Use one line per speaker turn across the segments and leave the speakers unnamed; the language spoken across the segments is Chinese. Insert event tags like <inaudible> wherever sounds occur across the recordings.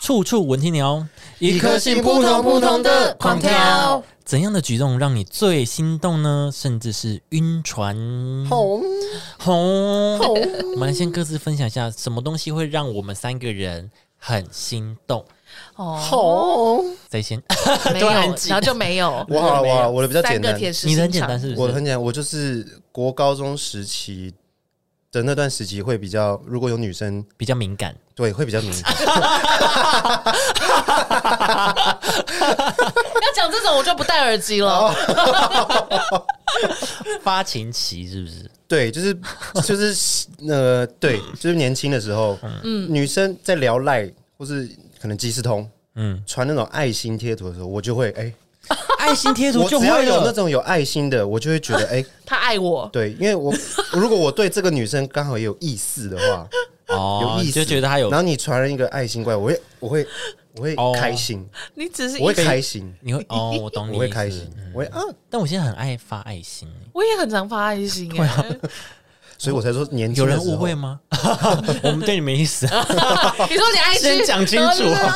处处闻啼哦鸟，
一颗心扑通扑通的狂跳。
怎样的举动让你最心动呢？甚至是晕船？
红
红红，我们来先各自分享一下，什么东西会让我们三个人很心动？
哦，
红，
谁先？
没
突
有，
然安静
然后就没有。
我好了，我好了，我的比较简
三个
单，
铁石
你
心
的很简
肠
单是不
我
是？
的很简单，我就是国高中时期的那段时期会比较，如果有女生，
比较敏感。
对，会比
<laughs>
较敏感。
要讲这种，我就不戴耳机了。
发情期是不是？
对，就是就是呃，对，就是年轻的时候，嗯，女生在聊赖或是可能即时通
嗯，
传那种爱心贴图的时候，我就会哎、
爱心贴图
我
就
只
会
要有那
了。
种有爱心的，我就会觉得哎、
他爱我，
对，因为我 <laughs> 如果我对这个女生刚好也有意思的话，
哦
有，意
你
思
就觉得他有
然，后你传了一个爱心过来，我会我会我
哦
会开心，
你只是一
我会开心，
你会哦，我懂你，嗯
我会开心。，我会啊，
但我现在很爱发爱心，
我也很常发爱心哎、
所以我才说年轻
有
的
人
时
误
候
会吗？ <laughs> 我们对你没意思，
你说你爱心，
先讲清楚
啊，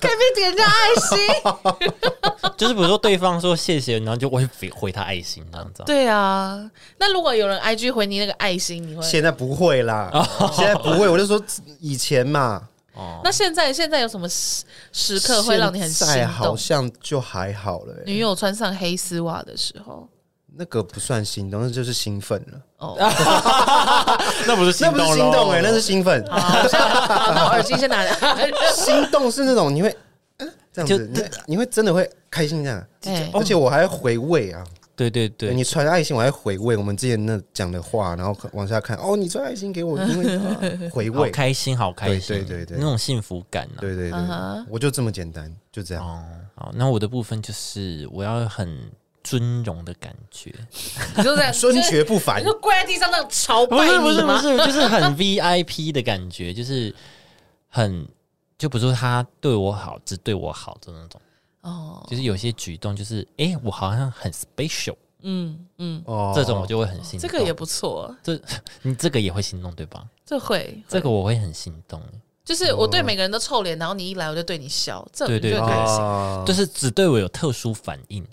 可以点个爱心。
就是比如说对方说谢谢，然后就会回回他爱心这样子啊。
对啊，那如果有人 IG 回你那个爱心，你会？
现在不会啦，现在不会，我就说以前嘛，
哦，
那现在现在有什么时时刻会让你很心
现在好
动？
像就还好了、欸，
女友穿上黑丝袜的时候，
那个不算心动，那就是兴奋了，
哦，
那不是心
那不是心动哎、
咯哦
那是兴奋，
好，现在好，那我耳机先拿来。
心动是那种你会、嗯这样
就哦
子，你会你会真的会开心这样，
对
而且我还回味啊，
对对对，
你传爱心，我还回味我们之前那讲的话，然后往下看，哦，你传爱心给我，因为、啊回
好
味，
开心，好开心，
对对对对
那种幸福感呢、
对对对
嗯哼
我就这么简单，就这样。
哦，好，那我的部分就是我要很尊荣的感觉，
你就这样，
孙
就是
觉不凡
你就，跪在地上那种朝拜
不是不
你
是不
吗？
是，就是 <laughs> 很 VIP 的感觉，就是很就不是说他对我好，只对我好的那种，
哦，
就是有些举动就是哎、诶我好像很 special，、
嗯嗯，
哦
这种我就会很心
这
动。
个也不错，
你这个也会心动对吧？
这会
这个我会很心动，
就是我对每个人都臭脸，然后你一来我就对你笑，这种
对
你
对
就
对
会开心。
啊
就是只对我有特殊反应。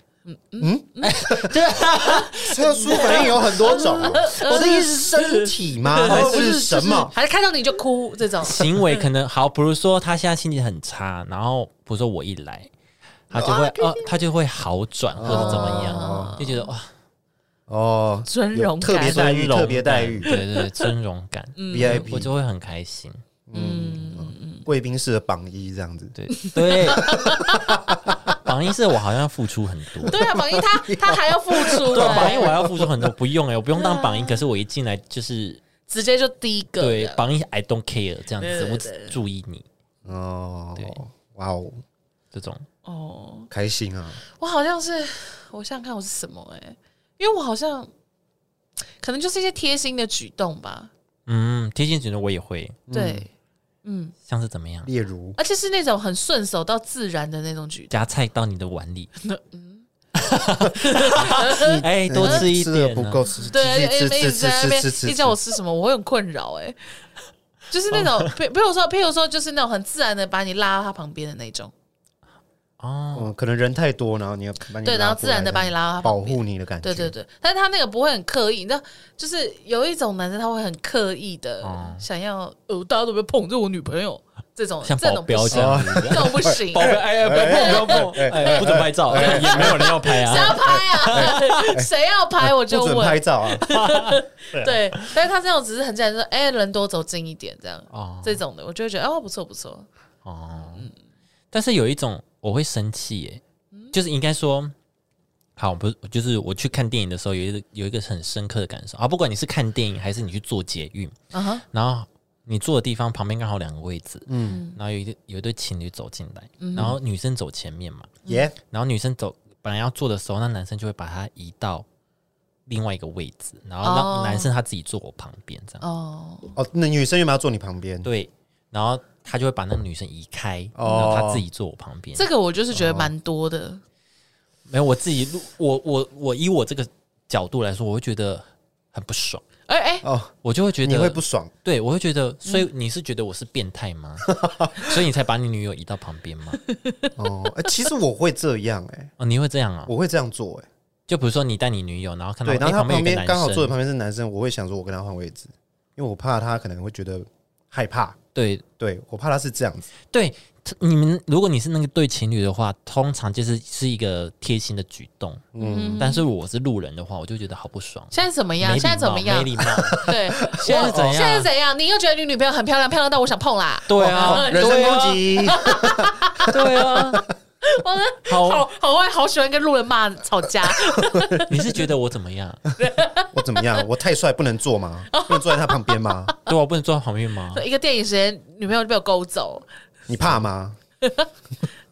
特殊反应有很多种啊，我的意思是身体吗？还
不是
是什么？
还是看到你就哭这种，
行为可能好，比如说他现在心情很差，然后比如说我一来，他就会
哦
呃，他就会好转或者怎么样，就觉得哇，
哦，
尊
有
荣
特别
感
待遇，
尊荣
特别待遇哎
对对对，尊荣感，
嗯
我
，VIP
就会很开心。
贵宾室的榜一这样子。 <laughs>
对对， <laughs> 榜一是我好像要付出很多，
对啊，榜一他
<laughs>
他还要付出、
对，啊榜一我
哎
要付出很多，不用哎、我不用当榜一，可是我一进来就是
直接就第一啊个
对
的
榜一 I don't care 这样
对
子，
对
我
对
只注意你
哦
对，
哇哦，
这种。
哦，
开心啊！
我好像是我想想看我是什么哎、因为我好像可能就是一些贴心的举动吧，
嗯，贴心举动我也会，
对，嗯，
像是怎么样？
例如，
而且是那种很顺手到自然的那种举动，
夹菜到你的碗里。 <laughs> 哎，多吃一
吃的
点
不
啊。
够吃，
对，哎
吃吃
一直
吃
在那
吃
边
吃吃
一
吃
直叫我吃什么，我会很困扰哎、就是那种，
哦
譬譬如说，譬如说，就是那种很自然的把你拉到他旁边的那种，
哦，
嗯，可能人太多，然后你要把你
对，然后
拉过
自然的
来
把你拉到他
保
旁边
护你的感觉，
对对对，但是他那个不会很刻意，你知道，就是有一种男生他会很刻意的
哦
想要，呃，大家都别碰这是我女朋友这种，
像
这
保
种不
镖
行
这，样子。
这种不行，
<laughs> 保镖，哎哎，不要碰，不要碰，哎，不准拍照，也没有人要拍 <laughs>
谁
啊。
要拍
哎
啊？谁要拍我就
不准拍
问，
照
<laughs>
啊！
对，但是他这种只是很简单地说，哎，人多走近一点这样，
哦
这种的，我就会觉得哦，不错不错，
哦，但是有一种我会生气耶，就是应该说。好，不是，就是我去看电影的时候，有一个有一个很深刻的感受啊。不管你是看电影还是你去做捷运，
啊哈，
然后你坐的地方旁边刚好两个位置，
嗯，
然后有一对有一对情侣走进来，然后女生走前面嘛，
耶，
然后女生走本来要坐的时候，那男生就会把她移到另外一个位置，然后让
哦
男生他自己坐我旁边这样。
哦，
哦，那女生有没有坐你旁边？
对，然后他就会把那个女生移开，然
哦
后他自己坐我旁边。
这个我就是觉得蛮多的，
没有我自己录，我我我以我这个角度来说，我会觉得很不爽，
哎哎、
哦，
我就会觉得
你会不嗯爽？
对，我会觉得，所以你是觉得我是变态吗？ <laughs> 所以你才把你女友移到旁边吗？
哦，哎、其实我会这样、哎，
哦，你会这样啊？
我会这样做、哎，
就比如说你带你女友，然后看到
对，然后
诶
他
旁边
旁边
有一个
刚好
男
坐
生，
的旁边是男生，我会想说，我跟他换位置，因为我怕他可能会觉得害怕，
对
对我怕他是这样子，
对，你们如果你是那个对情侣的话，通常就是是一个贴心的举动，嗯，但是我是路人的话，我就觉得好不爽。
现在怎么样？
没礼
现在怎么
貌
样
没？礼貌。
对，
现在是怎样
我现在是怎样？你又觉得你女朋友很漂亮，漂亮到我想碰啦？
对啊，
哦
人身攻击，
<laughs>
对啊，
我真的
好，
好好会好喜欢跟路人骂吵架， <laughs>
你是觉得我怎么样？
我怎么样？我太帅不能坐吗？不能坐在他旁边吗？
对啊我不能坐在旁边吗？
一个电影时间女朋友就被我勾走，
你怕吗？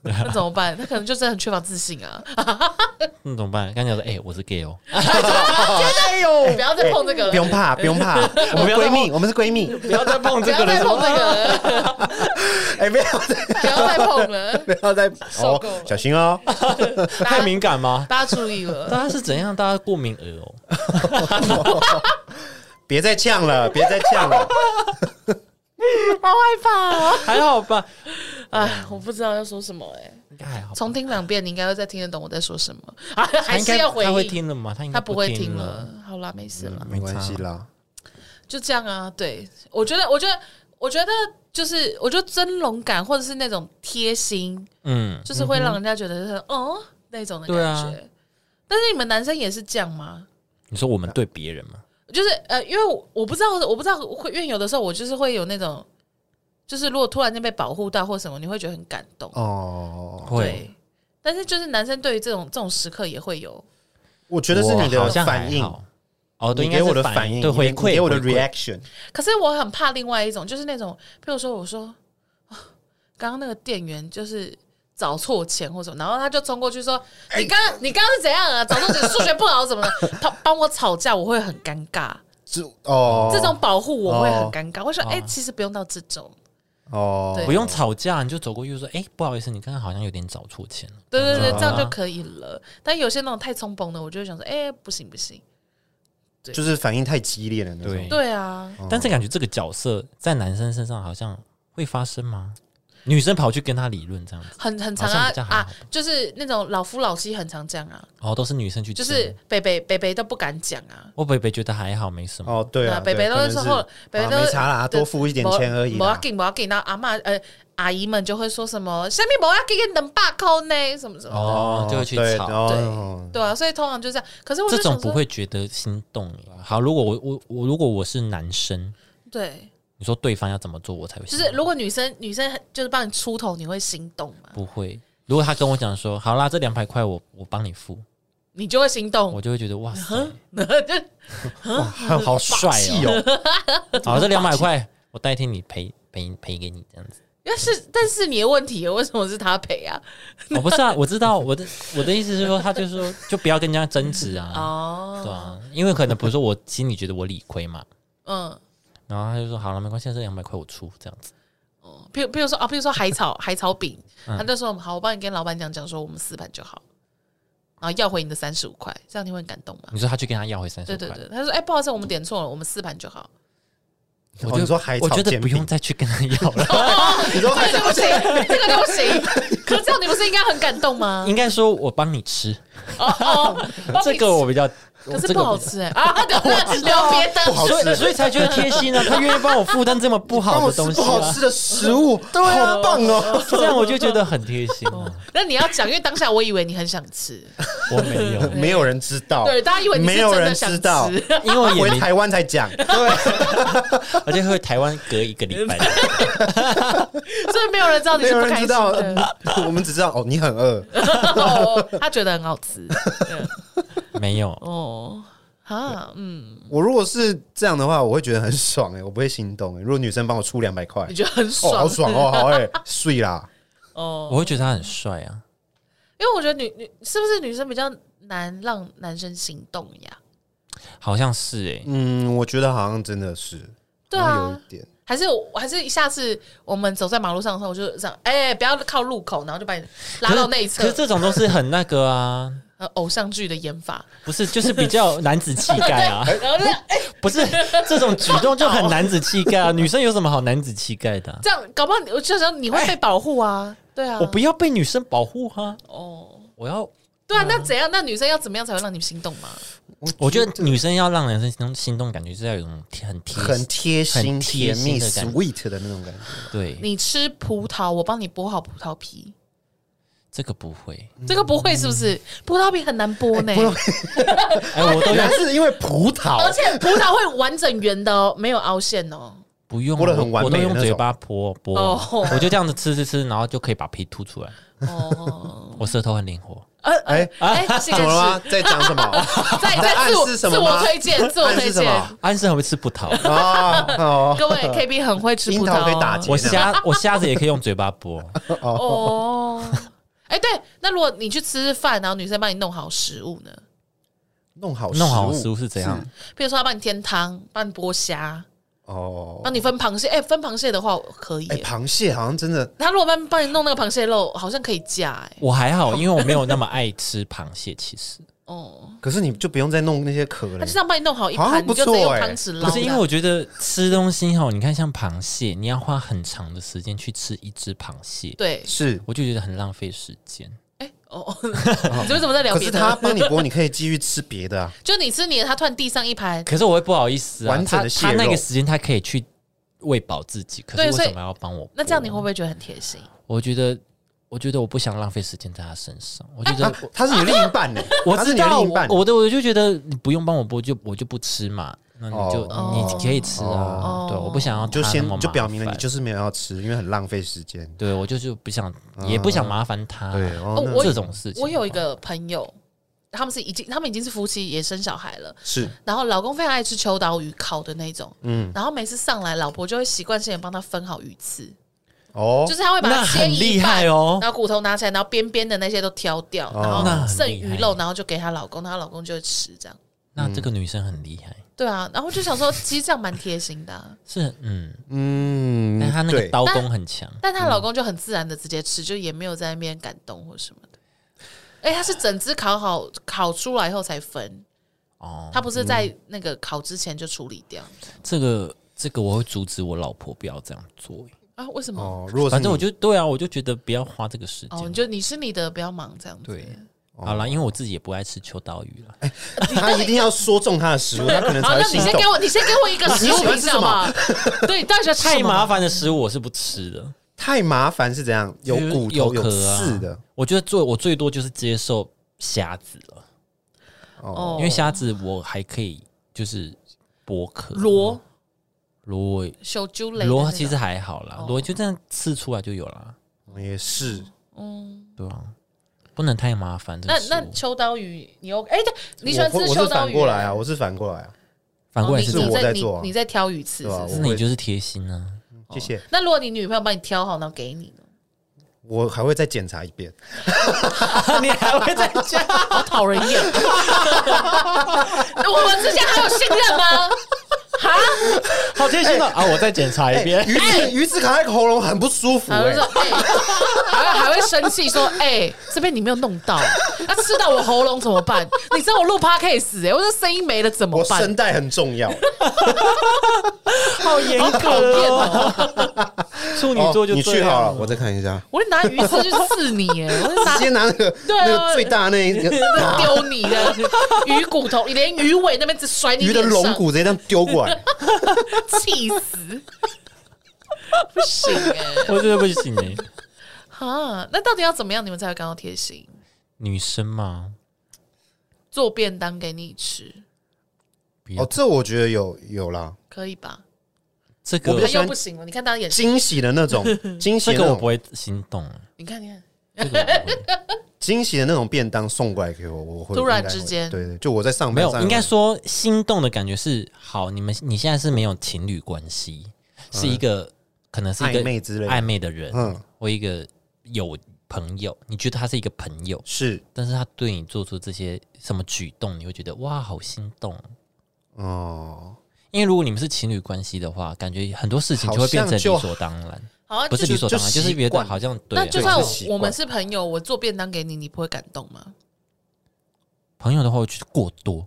那怎么办？她可能就真的很缺乏自信啊！
那怎么办？刚才说，哎，我是 gay 哦，
哎呦， <laughs> 不要再碰这个
不
了，
用怕，不用
<laughs>
怕，我们闺蜜，我们是闺蜜。
不要再碰
不要再碰这个了，
哎，不要再，
不要再碰了，
<laughs> 不要再，
受够了
哦，小心哦。
太敏感吗？
大家注意了。
大家是怎样？大家过敏儿
<laughs>
哦。
别再呛
<laughs>
了，别再呛了。
好害怕哦！
还好吧，
哎，我不知道要说什么哎、
应该还好吧。
重听两遍，你应该会再听得懂我在说什么，啊、还
应
是
该
要回
他会
应。
听了吗？他应该
他不会
嗯
听
了。
了，好啦，没事了，
没关系啦，
就这样啊。对，我觉得，我觉得，我觉得，就是我觉得尊荣感或者是那种贴心，
嗯，
就是会让人家觉得是、哦那种的感
对啊
觉。但是你们男生也是这样吗？
你说我们对别人吗？
就是呃，因为我我不知道，我不知道会，因为有的时候我就是会有那种，就是如果突然间被保护到或什么，你会觉得很感动。
哦，
会
对，但是就是男生对于这种这种时刻也会有，
我觉得是你
我
的
好像还
反应，
好哦，对，应
你
该
给
是
我的
反
反应，
对
你
回馈，
你给我的
回馈
reaction，
可是我很怕另外一种，就是那种，譬如说我说，啊刚刚那个店员就是找错钱或什么，然后他就冲过去说，
哎
你刚刚你刚刚是怎样啊？找错钱，数学不好怎么的？ <laughs> 他帮我吵架，我会很尴尬。
这哦，
这种保护我会很
哦
尴尬，我说
哦
哎、其实不用到这种，
哦，
对
不用吵架，你就走过去就说：“哎，不好意思，你刚刚好像有点找错钱了。
对对对，
哦
这样就可以了。但有些那种太冲崩的，我就会想说，哎、不行不行，
就是反应太激烈了那种
对。
对啊，
哦
但是感觉这个角色在男生身上好像会发生吗？女生跑去跟他理论这样子，
很很
好
常
像
啊
比较还好
啊，就是那种老夫老妻很常这样啊，
哦，都是女生去
就
争，
是北北北北都不敢讲啊。
我北北觉得还好，没什么。
哦，对啊，
北北
对
都
可能
是
是
后，北北
啊
都
没
是
差啦，多付一点钱而已
不要
啦。
紧，不要紧。然后阿妈呃阿姨们就会说什么，下面不要给两百块呢，什么什么的。
哦，就会去
对
吵。
哦
对
哦
对啊，所以通常就这样。可是我就
这种
想说
不会觉得心动耶。好，如果我我我如果我是男生，
对，
你说对方要怎么做，我才会
就
心
是
动
如果女生女生就是帮你出头，你会心动吗？
不会。如果他跟我讲说，好啦，这两百块我我帮你付，
你就会心动。
我就会觉得
嗯
哇塞， <laughs>
哇，好
帅
霸气哦！
好，这两百块我代替你赔赔赔给你这样子。
但是但是你的问题为什么是他赔啊？
哦，不是啊，我知道我的我的意思是说，他就说就不要跟人家争执
嗯
啊，
哦，
对啊，因为可能比如说我心里觉得我理亏嘛，
嗯。
然后他就说好了，没关系，这两百块我出这样子。
哦譬如，譬如说啊，譬如说海草海
<laughs>
草饼，
嗯
他就说好，我帮你跟老板娘讲说我们四盘就好，然后要回你的三十五块，这样你会很感动吗？
你说他去跟他要回三十
对
块，
对对，他说哎、不好意思，我们点错了，我们四盘就好，
我
哦
觉得
你说海
我
草
觉得
煎
不用
饼，
再去跟他要
<laughs>
了。
你说
<laughs> 这个就不行，这个就不行。可是这样你不是应该很感动吗？
应该说我帮你吃，
<laughs> 哦 <laughs> 哦， <laughs> 帮
这
你
个我比较，
可
这
是
个
不好
我比较
吃哎、 <laughs> 啊，聊聊别的，
不好
所
吃
以所以才觉得贴心啊，他愿意帮我负担这么不
帮
好的
我吃
东西、
不
啊，
好吃的食物，
<laughs> 啊
好棒哦！
这样我就觉得很贴心啊了。
那你要讲，因为当下我以为你很想吃， <laughs>
我没有，
没有人知道，
对，大家以为你是
没有
真的
人
想
知
吃，
道，
因为我也
回
没，
台湾才讲。
而且会台湾隔一个礼
<laughs>
拜。
所 <laughs> 以没有人知道你
没
是
有
不
人
开
知
心
道
的。，
我们只知道哦，你很饿，
<laughs> 哦，他觉得很好 <laughs> 吃。对
没有，
哦，啊，嗯，
我如果是这样的话，我会觉得很爽哎、我不会心动哎、如果女生帮我出两百块
你，觉得很
哦，好
爽啊
爽
<laughs>
哦，好哎、睡啦，
哦？
我会觉得他很帅啊。
因为我觉得女女是不是女生比较难让男生心动呀？
好像是哎、
嗯嗯，我觉得好像真的是，
对
好像有
啊
一，点，
还是我还是下次我们走在马路上的时候，我就这样，哎、不要靠路口，然后就把你拉到内
可
侧
是。这种都是很那个啊，
呃，偶像剧的演法，
不是就是比较男子气概
<laughs>
啊，
然后就这样哎、
不是这种举动就很男子气概
<laughs>
啊。女生有什么好男子气概的啊、
这样搞不好你我就想你会被保护啊，对啊，
我不要被女生保护啊，
哦，
我要
对啊，那怎样？那女生要怎么样才会让你心动嘛？
我觉得女生要让男生心动，心动感觉是要有一种贴很贴
很贴心、
很贴
甜
心
蜜、
的感觉
sweet 的那种感觉。
对，
你吃葡萄，我帮你剥好葡萄皮，
这个不会。
嗯
这个不会是不是？葡萄皮很难剥呢，
<laughs> 哎，我都
原来
用
是因为葡
而
萄，
且葡萄会完整圆的哦，没有凹陷哦。
不用
剥得很完
我
美的
都
那
用
种
嘴巴剥剥，
哦
我就这样子吃吃吃，然后就可以把皮吐出来。
哦，
我舌头很灵活，
呃，哎
哎，
哎，现
怎
在
么了吗
是？
在讲什么？
<laughs> 再
在
再自我
暗示什么
自我
吗
推荐，自我
暗
推
示什
荐，
么？
安生很会吃葡
<laughs>
萄，
哦哦，
各位 KB 很会吃
樱
葡萄
桃
哦，
可以打结
我虾我虾子也可以用嘴巴剥，
哦。哎，对，那如果你去吃饭，然后女生帮你弄好食物呢？
弄好
弄好食
食
物
物
是怎样？
比如说，她帮你添汤，帮你剥虾，
哦。
帮你分螃蟹。哎，分螃蟹的话我可以
哎，
耶。
螃蟹好像真的
她如果帮帮你弄那个螃蟹肉，好像可以加哎。
我还好，因为我没有那么爱吃螃蟹，其实
哦，
可是你就不用再弄那些壳
她
了
就。这样帮你弄好一
好
盘，
像
你
不
就直接
错
用
哎
汤匙捞
不
的。
是因为我觉得吃东西哈，你看像螃蟹，你要花很长的时间去吃一只螃蟹，
对，
是，
我就觉得很浪费时间。
哎哦，你这边怎么在聊
可
别
是
的？
他帮你剥，你可以继续吃别的
<laughs>
啊。
就你吃你的，他突然递上一盘，
可是我会不好意思啊，
完整的蟹
他他那个
肉
时间他可以去喂饱自己，可
对
是
所以
为什么要帮我？
那这样你会不？会觉得很贴心？
我觉得，我觉得我不想浪费时间在他身上。我觉得
啊，他是你的另一
<laughs>
半呢，
我
他是
知
你的
道，
另一
我
半。
我的我就觉得你不用帮我剥，就我就不吃嘛。那你就
哦
你可以吃啊
哦，
对，我不想要
就
他那
先
么麻
就表明了，你
烦
就是没有要吃，因为很浪费时间。
对我就是不想，也不想麻烦他。
嗯对，哦
哦，
那
我
这种事情，
我有一个朋友，他们是已经他们已经是夫妻，也生小孩了。
是
然后老公非常爱吃秋刀鱼烤的那种，
嗯
然后每次上来，老婆就会习惯性的帮他分好鱼刺，
哦
就，是他会把它
那
切
很
一
厉
半
害，哦。
然后骨头拿起来，然后边边的那些都挑掉，
哦
然
那
后
很
剩
厉
鱼
害
肉，然后就给她老公，她老公就会吃这样。
嗯
那这个女生很厉害，
对啊，然后就想说，其实这样蛮贴心的啊、
是嗯，
嗯
但她那个
对
刀工很强。
但她老公就很自然的直接吃，就也没有在那边感动或什么的。哎、他是整只烤好烤出来以后才分，
哦，
他不是在那个烤之前就处理掉
这个这个我会阻止我老婆不要这样做。
啊？为什么？哦，
哦，如果是
反正我
你
就对啊，我就觉得不要花这个时
你
间。
就你是你的，不要忙这样子。
对，
哦
好啦，因为我自己也不爱吃秋刀鱼了。
他一定要说中他的
<laughs>
食物，他可能
好，
才会
啊那你
心
先
动
给。我，你先给我一个食物评价吧。对，你到底要吃什
太麻
么？
烦的食物我是不吃的，
太麻烦是怎样？有
就是
骨
有
头有
壳啊
刺的，
我觉得最我最多就是接受虾子了，
哦
因为虾子我还可以就是剥壳。
螺、
螺
小猪类的那哦种
螺其实还好啦，螺就这样刺出来就有啦，
也是
嗯，
对啊，不能太麻烦。这
那
个食物
那秋刀鱼，你 OK？哎，对，你喜欢
我
吃
我
秋
是
刀
反
鱼？
过来啊，我是反过来啊，
反过来是这样
哦你你
我在
你
做啊
你在挑鱼刺是
对吧
不
可
是？
是
我
你
会
就是贴心
<laughs>
啊。
谢谢。
那如果你女朋友帮你挑好，然后给你呢？ <laughs>
我还会再检查一遍，
你还会再加？
好讨人厌。那我们之间还有信任
<laughs>
吗？哈，
好贴心哦！啊！我再检查一遍。
鱼刺鱼刺卡在喉咙很不舒服
还会
哎
哎说，，哎、还会还会生气说，哎、这边你没有弄到，那、吃到我喉咙怎么办？你知道我录 podcast 哎、我这声音没了怎么
我
办
声？带很重
<laughs>
要。
好严格
讨厌
哦！处女座就
哦你
这
去
样
好了，我再看一下，
我会拿鱼刺去刺你哎、我会拿
<laughs> 直接拿那个
<laughs> 对啊
那个最大那
<laughs>
一个
丢你的鱼骨头，你连鱼尾那边只甩你
鱼的
脸上
龙，骨直接这样丢过
<laughs>
来，
气死！不行哎、
我觉得不行哎、
哈，那到底要怎么样你们才会感到贴心？
女生嘛，
做便当给你吃，
不要、
哦，这我觉得有有啦，
可以吧？
这
我比
个
较
他
喜
又
欢
不行了，你看他眼神，
惊喜的那
<laughs>
种惊喜
这
的
个
那
我不
种
会心动、啊，
你看，你看，
这个我不会
惊喜的那种便当送过来给我，我会
突然
应该会
之间
对对，就我在上班
没有，
上
应该说心动的感觉是好。你们你现在是没有情侣关系，是一个、可能是一个
嗯暧昧之类的
暧昧的人，
嗯
或一个有朋友，你觉得他是一个朋友，
是
但是他对你做出这些什么举动，你会觉得哇，好心动。
哦，
哦因为如果你们是情侣关系的话，感觉很多事情
好
就会变成
像就
理所当然，
好啊，
不是
就
理所当然，
就
就是觉
习
得
惯
好像对啊、
那就算
对是习惯
我们是朋友，我做便当给你，你不会感动吗？
朋友的话，我觉得过多。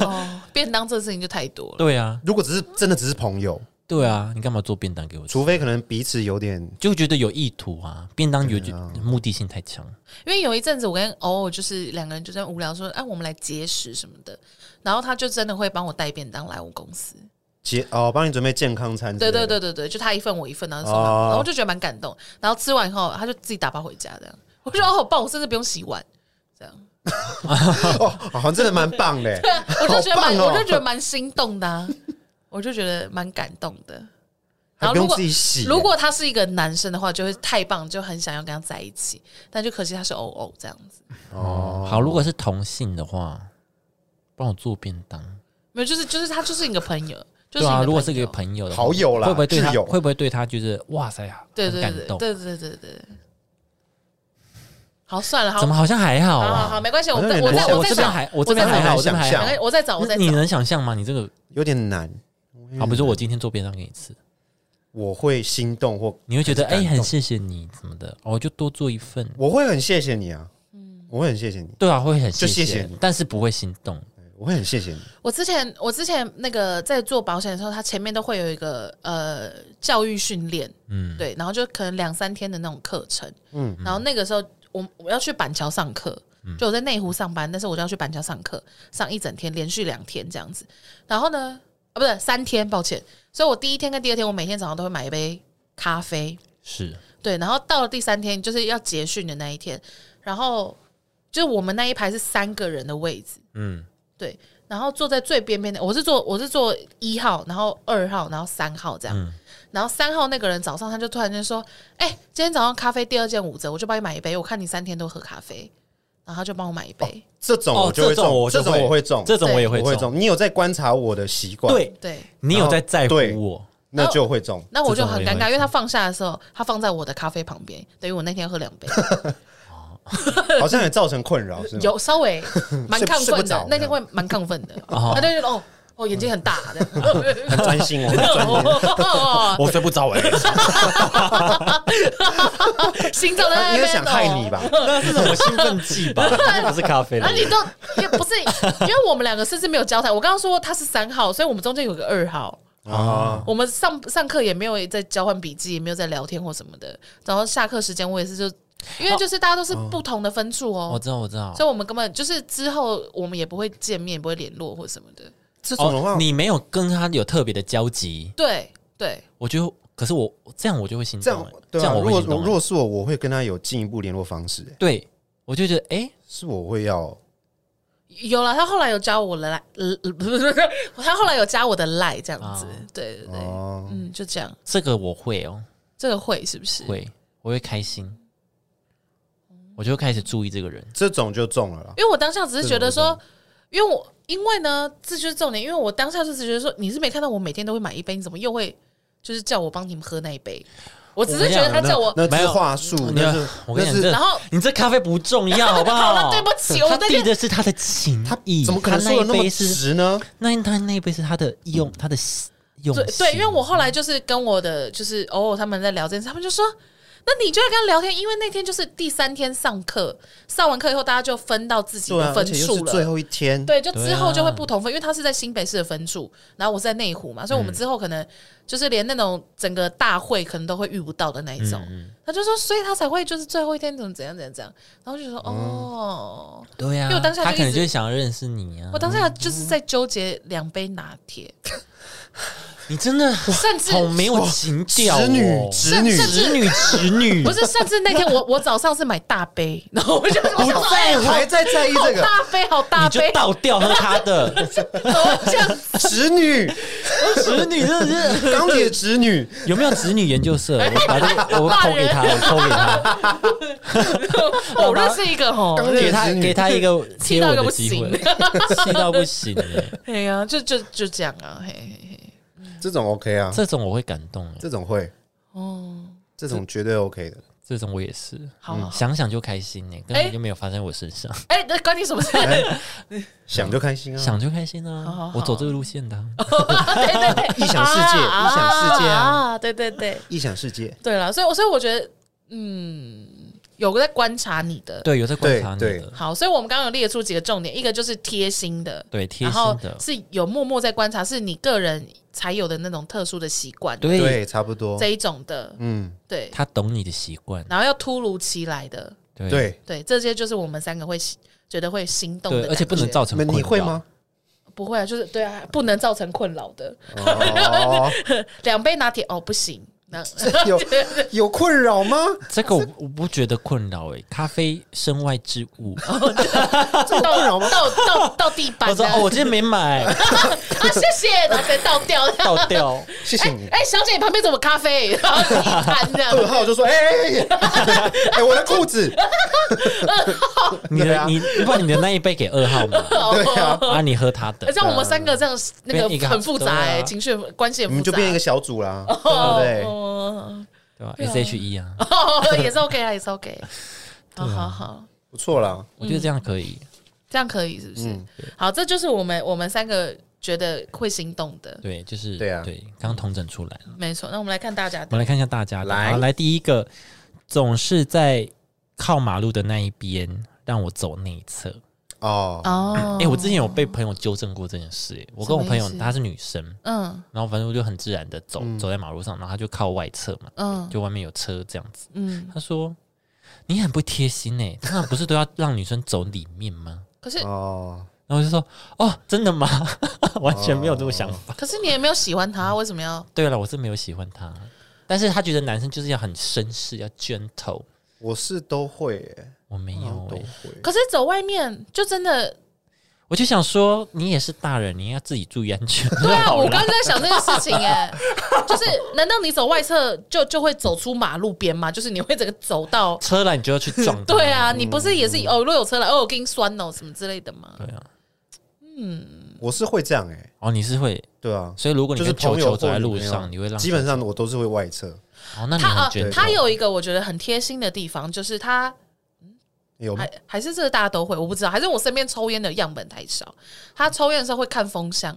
哦， <laughs> 便当这事情就太多了。
对啊，
如果只是真的只是朋友，
对啊，你干嘛做便当给我吃？
除非可能彼此有点
就会觉得有意图啊，便当有、
对啊
目的性太强。
因为有一阵子我跟偶尔就是两个人就在无聊说，哎、我们来节食什么的，然后他就真的会帮我带便当来我公司。
结哦，帮你准备健康餐之
对
类的。
对对对对，就他一份我一份，然后送他，
哦
然后我就觉得蛮感动。然后吃完以后，他就自己打包回家这样，我觉得哦好棒，我甚至不用洗碗。这样，
哦，好像真的蛮棒
<laughs>
的。
我就觉得蛮，
好棒哦
我就觉得蛮心动的、啊，我就觉得蛮感动的。然
还
后
不
如
用
果
自己洗。
如果他是一个男生的话，就会太棒，就很想要跟他在一起，但就可惜他是偶偶这样子，
哦，
好，如果是同性的话，帮我做便当。
没有，就是就是他就是你的朋友，就是
对
你
啊，
的
如果是
朋
个
友
朋友的
好友啦
会不会对他
挚友
会不会对他就是哇塞啊，
对
很
对
感
对
动？
对对对对对，好算了，好
怎么好像还好
好好
啊？
好，没关系，我
好像
再
有
我
点
再
难
我我
再
这边
找，
还我这边还好，我这边还
想
好
象。
我再找，我再
你
找。
能想象吗？你这个
有点难，
好，比如说我今天做便当给你吃，
我会心动或
你会觉得
还是
哎、
感动
很谢谢你什么的，哦我就多做一份。
我会很谢谢你啊，我会很谢谢你，
对啊，会很
就谢
谢
谢你
但是不会心动。
我会很谢谢你。
我之前我之前那个在做保险的时候，他前面都会有一个呃教育训练，
嗯，
对，然后就可能两三天的那种课程，
嗯
嗯，然后那个时候我我要去板桥上课，
嗯
就我在内湖上班，但是我就要去板桥上课，上一整天，连续两天这样子。然后呢，啊，不是三天，抱歉，所以我第一天跟第二天，我每天早上都会买一杯咖啡，
是
对，然后到了第三天就是要结训的那一天，然后就是我们那一排是三个人的位置，
嗯，
对，然后坐在最边边的，我是坐我是坐一号，然后二号，然后三号这样。
嗯
然后三号那个人早上他就突然间说：“哎、今天早上咖啡第二件五折，我就帮你买一杯。我看你三天都喝咖啡。”然后他就帮我买一杯。
这种
哦
我就会中，这种我会中，
这种我也
我会
中。
中。你有在观察我的习惯，，
对
对，
你有在在乎
对
我，
那就会中。
那我就
这种
很
我也
尴
会
尬，因为他放下的时候，他放在我的咖啡旁边，等于我那天喝两杯，
好像也造成困扰，是吗？
有稍
<laughs>
微蛮
睡不
亢
睡不
奋
着
的，那天会蛮亢
<laughs>
奋的，
哦
他就觉得哦。哦，眼睛很大的，
很专心，我很
哦
<laughs> 专心。
<laughs> 哦
我睡不着
欸
哎、
心脏在那
应该
边
想害你
哦
吧？
那是什么兴奋剂
<laughs>
吧？那不是咖啡了
啊，。你都也不是，因为我们两个甚至没有交谈。我刚刚说他是三号，所以我们中间有个二号。
啊，
我们上上课也没有在交换笔记，也没有在聊天或什么的。然后下课时间我也是就，因为就是大家都是不同的分数
我
哦，
知道，我知道。
所以我们根本就是之后我们也不会见面，不会联络或什么的。
这种的
哦
话，，
你没有跟他有特别的交集，
对对，
我就可是我这样我就会心
这
动、
样
欸，
对啊。
我
如
会
果
心动、
如
欸。
果是我，我会跟他有进一步联络方式，欸
对，我就觉得哎、
是我会要
有了，他后来有加我了来，呃呃不是不是， <laughs> 他后来有加我的赖这样子
哦。
对对对，
啊哦，
嗯，就这样，
这个我会哦、
这个会是不是？
会，我会开心，我就开始注意这个人。
这种就中了啦。
因为我当下只是觉得说，因为我因为呢，这就是重点，因为我当下就是觉得说，你是没看到我每天都会买一杯，你怎么又会就是叫我帮你们喝那一杯？我只是觉得他叫我，
那那
没
是
有
话术，
你
嗯那
看
是
我跟你讲，
那是
这
然后
你这咖啡不重要，
<laughs>
好不好？
好了对不起我
他
在
递
这
的是他的情意，
怎么可能
他那
说的
一
那么
杯是
直呢？
那他那一杯是他的用，他的用
嗯对对，
心
因为我后来就是跟我的就是偶尔他们在聊这件事，他们就说。那你就要跟他聊天，因为那天就是第三天上课，上完课以后大家就分到自己
对啊
的，
而
分
且又是
数了。
最后一天，
对，就之后
对啊
就会不同分，因为他是在新北市的分处，然后我是在内湖
嗯
嘛，所以我们之后可能就是连那种整个大会可能都会遇不到的那一种。
嗯
他就说，所以他才会就是最后一天怎么怎样怎样怎样，然后就说哦，
对呀、
因为我当下就
他可能
一直
就是想要认识你啊
我。当下就是在纠结两杯拿
<laughs>
铁，
你真的
甚至
好没有情调、哦，
直女直女
甚
直女直女，
<laughs> 不是，甚至那天
<laughs>
我我早上是买大杯，然后我就我想说哎
还在在意这
<laughs>
个
大杯好大
你就
杯， <laughs>
倒掉喝他的
怎么这样子？
直女
直女，真的是
钢铁直女，
有没有直女研究
<laughs>
社？我把这个我投给他，我投给他，
哦我认识一
<laughs>
个吼，
刚
给他
直女
给他一个
<laughs> 气
接
到
吻
一
的
个不
机会
行， <laughs>
气到不行欸
哎呀，就就就这样啊，嘿嘿嘿。
这种 OK 啊，
这种我会感动欸
这种会，
哦，
这种绝对 OK 的。
这种我也是，嗯
好好，好
想想就开心呢、根本就没有发生我身上，
哎、那关你什么事？
想就开心啊，
想就开心啊！
嗯好好好
我走这个路线的啊、
对对对，
异想世界，
啊
异想世界 <laughs> 啊，
啊！对对对
异想世界，
对了，所以我所以我觉得，嗯，有在观察你的。
对，有在观察你
对
的，
好，所以我们刚刚有列出几个重点，一个就是贴心的，
对，贴
然
心
后
的，
是有默默在观察，是你个人才有的那种特殊的习惯，
对，哦
对，差不多
这，一种的，
嗯，
对。
他懂你的习惯，
然后要突如其来的，
对
对，
对，这些就是我们三个会喜觉得会心动的
对，
感
而
觉，
且不能造成
那
困扰
你会？吗？
不会啊，就是对啊，不能造成困扰的。
哦，
<laughs> 两杯拿铁哦，不行，那
这有有困扰吗？
这个我我不觉得困扰诶、咖啡身外之物。
哦到到到到到地板
我
这
说
样，
哦，我今天没
<laughs>
买，
啊，谢谢，然后再倒掉。 <laughs>
倒掉。
谢谢你。
哎、小姐，你旁边怎么咖啡？ <laughs> 然后一盘
<laughs>
这样，
二号就说：“哎哎哎哎，哎我的裤子，
你
对
的
啊
你，你把你的那一杯给二号嘛，
<laughs>
对啊，
啊，你喝他的。
像我们三个这样，那
变一
个
个
很复杂
对啊
哎、情绪很关系很
你们
复杂，
就变一个小组啦，对
哦
不对？
哦
对吧？S H E 啊，
哦也是 OK 啊，也是
<laughs>
OK。好好好，
不错啦，
我觉得这样可以。
这样可以是不是？
嗯
好，这就是我们我们三个觉得会心动的，
对，就是
对啊
对，刚刚统整出来了。
没错。那我们来看大家
我们
的，
来看一下大家的，
来
好来第一个，总是在靠马路的那一边让我走内侧。
哦，
哦
哎、我之前有被朋友纠正过这件事、欸，我跟我朋友
什么意思
她是女生，
嗯
然后反正我就很自然的走、走在马路上，然后她就靠外侧嘛，
嗯
就外面有车这样子。
嗯，
她说：“你很不贴心哎、欸，通常不是都要让女生走里面吗
可是
哦，？”
然后我就说：“哦，真的吗？ <laughs> 完全没有这个想法。
可是你也没有喜欢他，为什么要？
对了，我是没有喜欢她，但是她觉得男生就是要很绅士，要 gentle。
我是都会耶，
我没
哦
有、
都
欸，
会。
可是走外面就真的
我就想说，你也是大人，你要自己注意安全。 <laughs>
对啊，
好
我
啦
刚刚在想这件事情
<laughs>
哎、就是难道你走外侧就就会走出马路边吗？就是你会整个走
<laughs>
到？
车来你就要去撞它。
对啊，你不是也是
嗯
哦？如果有车来，哦，我给你酸哦，什么之类的吗？
对啊，
我是会这样哎，
哦，你是会，
对啊，
所以如果你
就是
跟球
朋友
球
或
走在路
女朋友
上，你会让
基本上我都是会外侧，
哦，那你
他
很
嗯
啊
卷，，
他有一个我觉得很贴心的地方，就是他
有
还还是这个大家都会，我不知道，还是我身边抽烟的样本太少。他抽烟的时候会看风向，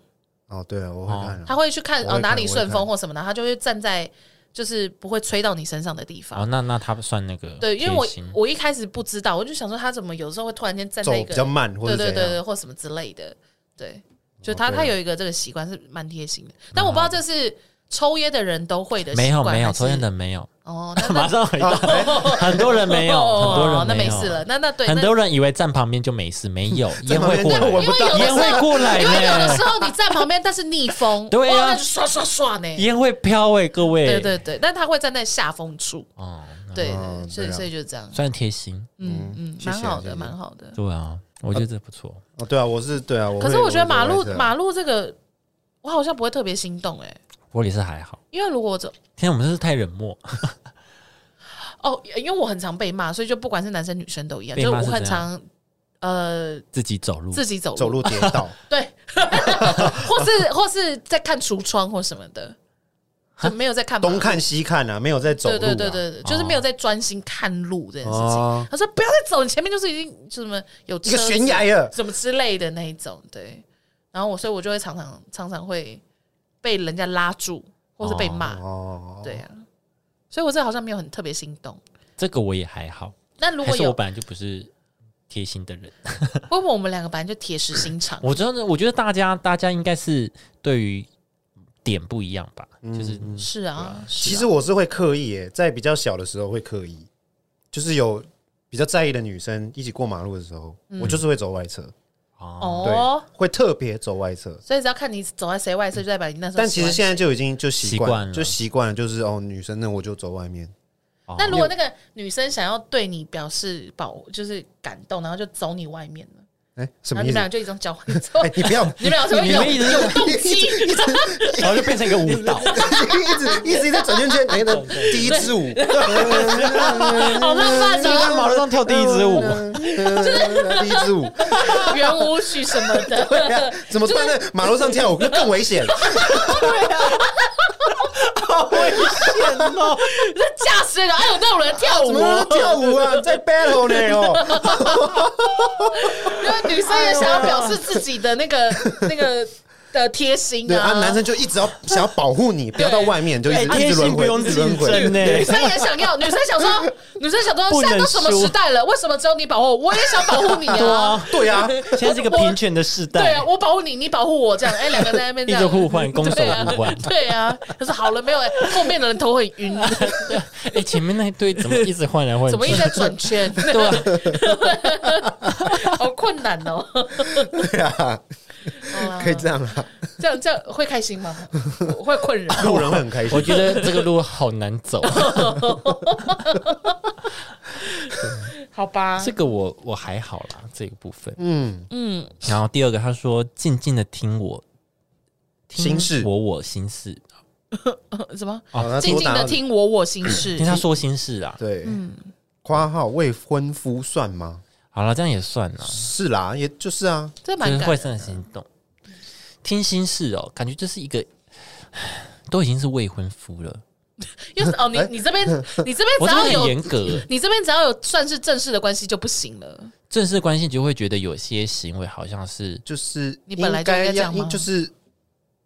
哦，对啊，我会看啊，
他会去看
我会
哦
看
哪里
我会
顺风
看
或什么的，他就会站在就是不会吹到你身上的地方
哦，。那那他算那个
对，因为我
贴心
我一开始不知道，我就想说他怎么有时候会突然间站
走
在一
比
个
较慢或
对
者
对
怎
对
样，
对，或什么之类的，对，就他、
对啊
他有一个这个习惯是蛮贴心的，但我不知道这是抽烟的人都会的习
没有
惯
没有
还是
抽烟的没
<laughs>
有，
哦，那
马 <laughs> 上回到
<laughs>
很多人 <laughs> 没有，很多
哦
人
那没
有
事了，，那那对
很
那
多人以为站旁边就
<laughs>
没事，没有烟会过
站旁边就
来，
闻 <laughs> 不
因为有的
烟
时
会
候。
过来
<laughs> 因为有的时
呢，
候你站旁边，但是逆
<laughs>
风，
对啊
哇那就刷刷刷呢。
烟会飘哎，各位，
对对对，但他会站在下风处，
哦，那
对
哦
对，所以
对啊
所以就是这样，
算贴心，
嗯嗯，
谢谢
蛮好
谢
的，
谢
蛮好的。
对啊，我觉得这不错，
哦，对啊，我是对啊，我
可是
会
我觉得马
会
路
外侧
马路这个，我好像不会特别心动哎，
我也是还好。
因为如果我走
天啊，我们真是太冷漠， <laughs>
哦，因为我很常被骂，所以就不管是男生女生都一样，
被
就
骂
我
是
很
怎样
常呃
自己走路，
自己走路，
走路跌
<laughs>
倒，
对，或是或是在看橱窗或什么的，就没有在看马路
东看西看啊，没有在走路
对
啊，
对对对对，就是没有在专心看路这件事情。
哦
他说不要再走，你前面就是已经就什么有
一
车
个
子
悬崖啊了，
什么之类的那一种，对。然后我所以我就会常常常常会被人家拉住，或是被骂，
哦，
对啊。所以我这好像没有很特别心动。
这个我也还好。
那如
还
果
是我
有，
本来就不是贴心的人。
会不会我们两个本来就铁石心肠？
我真的，我觉得大家大家应该是对于点不一样吧，就是
是啊，是啊
其实我是会刻意耶，在比较小的时候会刻意，就是有比较在意的女生一起过马路的时候，我就是会走外侧，
哦，
嗯哦
对，，会特别走外侧。
所以只要看你走在谁外侧，就代表你那时候。
但其实现在就已经就习
习
惯
惯了
就习惯了，就是哦，女生那我就走外面，
哦
那如果那个女生想要对你表示保，就是感动，然后就走你外面了，
哎，什
然
么意思？
后啊你们俩
哎，
就一种交换，你知道吗
你不
<laughs>
要
你们俩就会
你
有
们一直
有动机，
然后就变成一个舞
<laughs>
蹈，
一直一直在转圈圈，那个
<laughs>
第一支舞，
好浪漫
在
哦！
<laughs>
嗯
马路上跳第一支舞，
第一支舞，
圆舞曲什么的，
对啊，怎么突然在马路上跳舞？那更危
<laughs>
险。
那驾驶人哎呦，那有人跳
怎
舞，
么跳舞啊？在 battle 呢哦，
<laughs> 因为女生也想要表示自己的
<laughs>
那个那个的贴心
对
<laughs>
啊，
啊，
男生就一直要想要保护你，不要到外面就一直
哎
一直
天
轮
性不
回，
用
一直
竞
轮回。
争呢，哎
女生也想要，女生想说，女生想说，
不
现
能
在都什么时代了，为什么只有你保护我？我也想保护你
对
啊，
啊，
对啊，
现在是一个平权的时
对
代
啊，，我保护你，你保护我，这样，
<laughs>
哎，两个人在那边这样
一直互换攻守
对啊
互换
<laughs> 对啊。可是好了没有？哎，后面的人头很晕，
哎，前面那一堆怎么一直换来换去？
怎么一直在转圈？
<laughs> 对啊，
<laughs> 好困难哦。
对
<laughs>
啊，
好啦
可以这样啊，
这样这样会开心吗？ <laughs> 我会困扰。
路人会很开
我
心。
觉得这个路好难走。啊
<laughs> 好吧，
这个我我还好啦，这个部分。
嗯，
嗯，
然后第二个，他说静静的听我听
心事
我我心事，
什么？
好，那
静
多
静
答
的。听我我心事
听。他说心事啊。
对，
嗯
括号未婚夫算吗？
好了，这样也算啦，
是啦，也就是啊，
这
就
蛮
是
感
会
人
上的行动。听心事哦，感觉这是一个， <sighs> 都已经是未婚夫了，
又是哦，你你这边你这
<laughs>
<laughs>
我真
边只要
的很
有
严格。
你这边只要有算是正式的关系就不行了。
正式关系就会觉得有些行为好像是
就是
你本来就应该
应
这样吗
要就是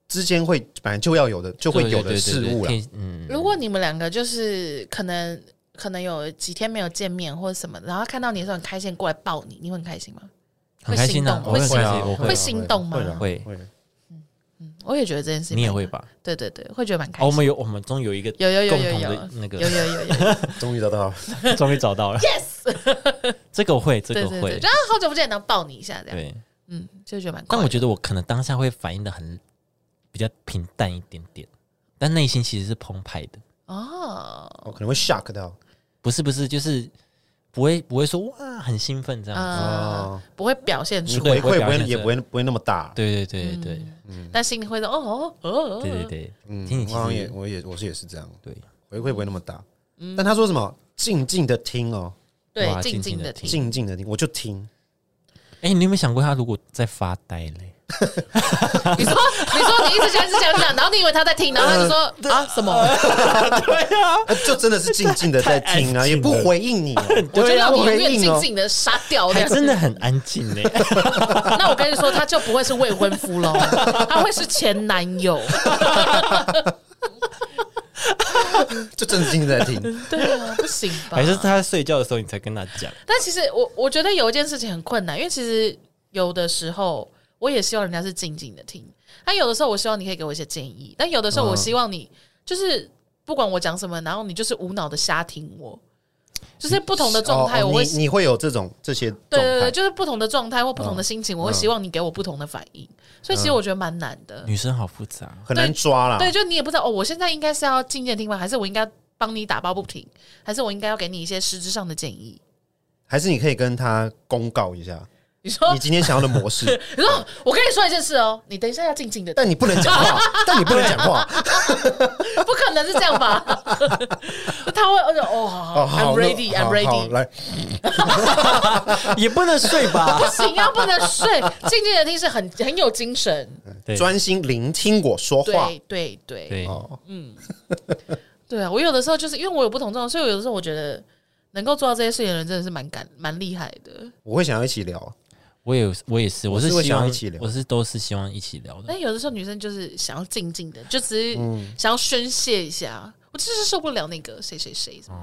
之间会本来就要有的，就会有的事物啦。
了。嗯，
如果你们两个就是可能可能有几天没有见面或者什么，然后看到你的时候很开心过来抱你，你会很开心吗？
很开心啊，
会
我很
心
开
动
心，我
会
会，
心动吗
哦会啦
会
会啦。
我也觉得这件事情，
你也会？吧？
对对对，会觉得蛮开
哦，我
心。
们有，我们终于有
<laughs>
一个
有有有
共
有有
同
有
的那个
有有有有，
终于找到了，
终于找到了。Yes，这个我会，这
<laughs> 对
个
对
会
对，，然后好久不见，然后抱你一下这样，
对。
嗯，就觉得蛮快
但
乐。
我觉得我可能当下会反应的很比较平淡一点点，但内心其实是澎湃的。
哦，
我可能会 shock 到
不是不是，就是不会不会说哇很兴奋这样子。
啊
哦，
不会表现
你
出
不，会
回馈
表
不会
现
也
出来
不会不会那么大。
对对对对对、
但心里会说哦哦哦，
对对对，
嗯
听你
我
其
好像
实
也我也我是也是这样，
对
回馈不会那么大。
嗯
但他说什么？静静的听
哇
哦，
对，
静静
静静
地
的
听
听。
静静的听，我就听。
哎、你有没有想过他如果在发呆嘞？
你说，你说你一直讲，一直讲，一直讲，然后你以为他在听，然后他就说啊什么？
啊，就真的是静静
<laughs>
的在听啊，也不回应你哦，
我就
对啊
让
不
你永
回
远
应
静
哦。
静的杀掉这
还
样。
真的很安静嘞，
那我跟你说，他就不会是未婚
<laughs>
夫喽，他会是前男友。
就真的静静地在听，
对啊，不行吧
<laughs> 还？是他在睡觉的时候你才跟他讲？
但其实我我觉得有一件事情很困难，因为其实有的时候我也希望人家是静静的听，但有的时候我希望你可以给我一些建议，但有的时
嗯
候我希望你就是不管我讲什么，然后你就是无脑的瞎听我，就是不 <laughs> 同的状态，
哦哦
我会
你你会有这种这些
对
状
对对，
态，
就是不同的状态或不
嗯
同的心情，我会希望你给我不同的反应。所以其实我觉得蛮难的。
女生好复杂，啊
很难抓啦。
对，就你也不知道哦，我现在应该是要静静地听吗？还是我应该帮你打抱不平？还是我应该要给你一些实质上的建议？
还是你可以跟他公告一下，
你说
你，今天想要的模式，
<laughs> 你说，我跟你说一件事哦，你等一下要静静的，
但你不能讲
<laughs>
话，但你不能讲话。
不可能是这样吧？ <laughs> 他会，哦哦，好
哦，
好
好
，I'm
那
ready，I'm
好好
ready。
来，
也不能睡吧
不？行啊，不能睡，静静的听是很很有精神。
<laughs> 对
专心聆听我说话。
对对对，
对，
哦，
对啊，我有的时候就是因为我有不同状况，所以我有的时候我觉得能够做到这些事情的人真的是蛮感蛮厉害的。
我会想要一起聊，
我也我也是，我
是会
希
想要
望
一起聊
我是都是希望一起
嗯
聊的。
但有的时候女生就是想要静静的，就只是想要宣泄一下。我真是受不了那个谁谁谁什么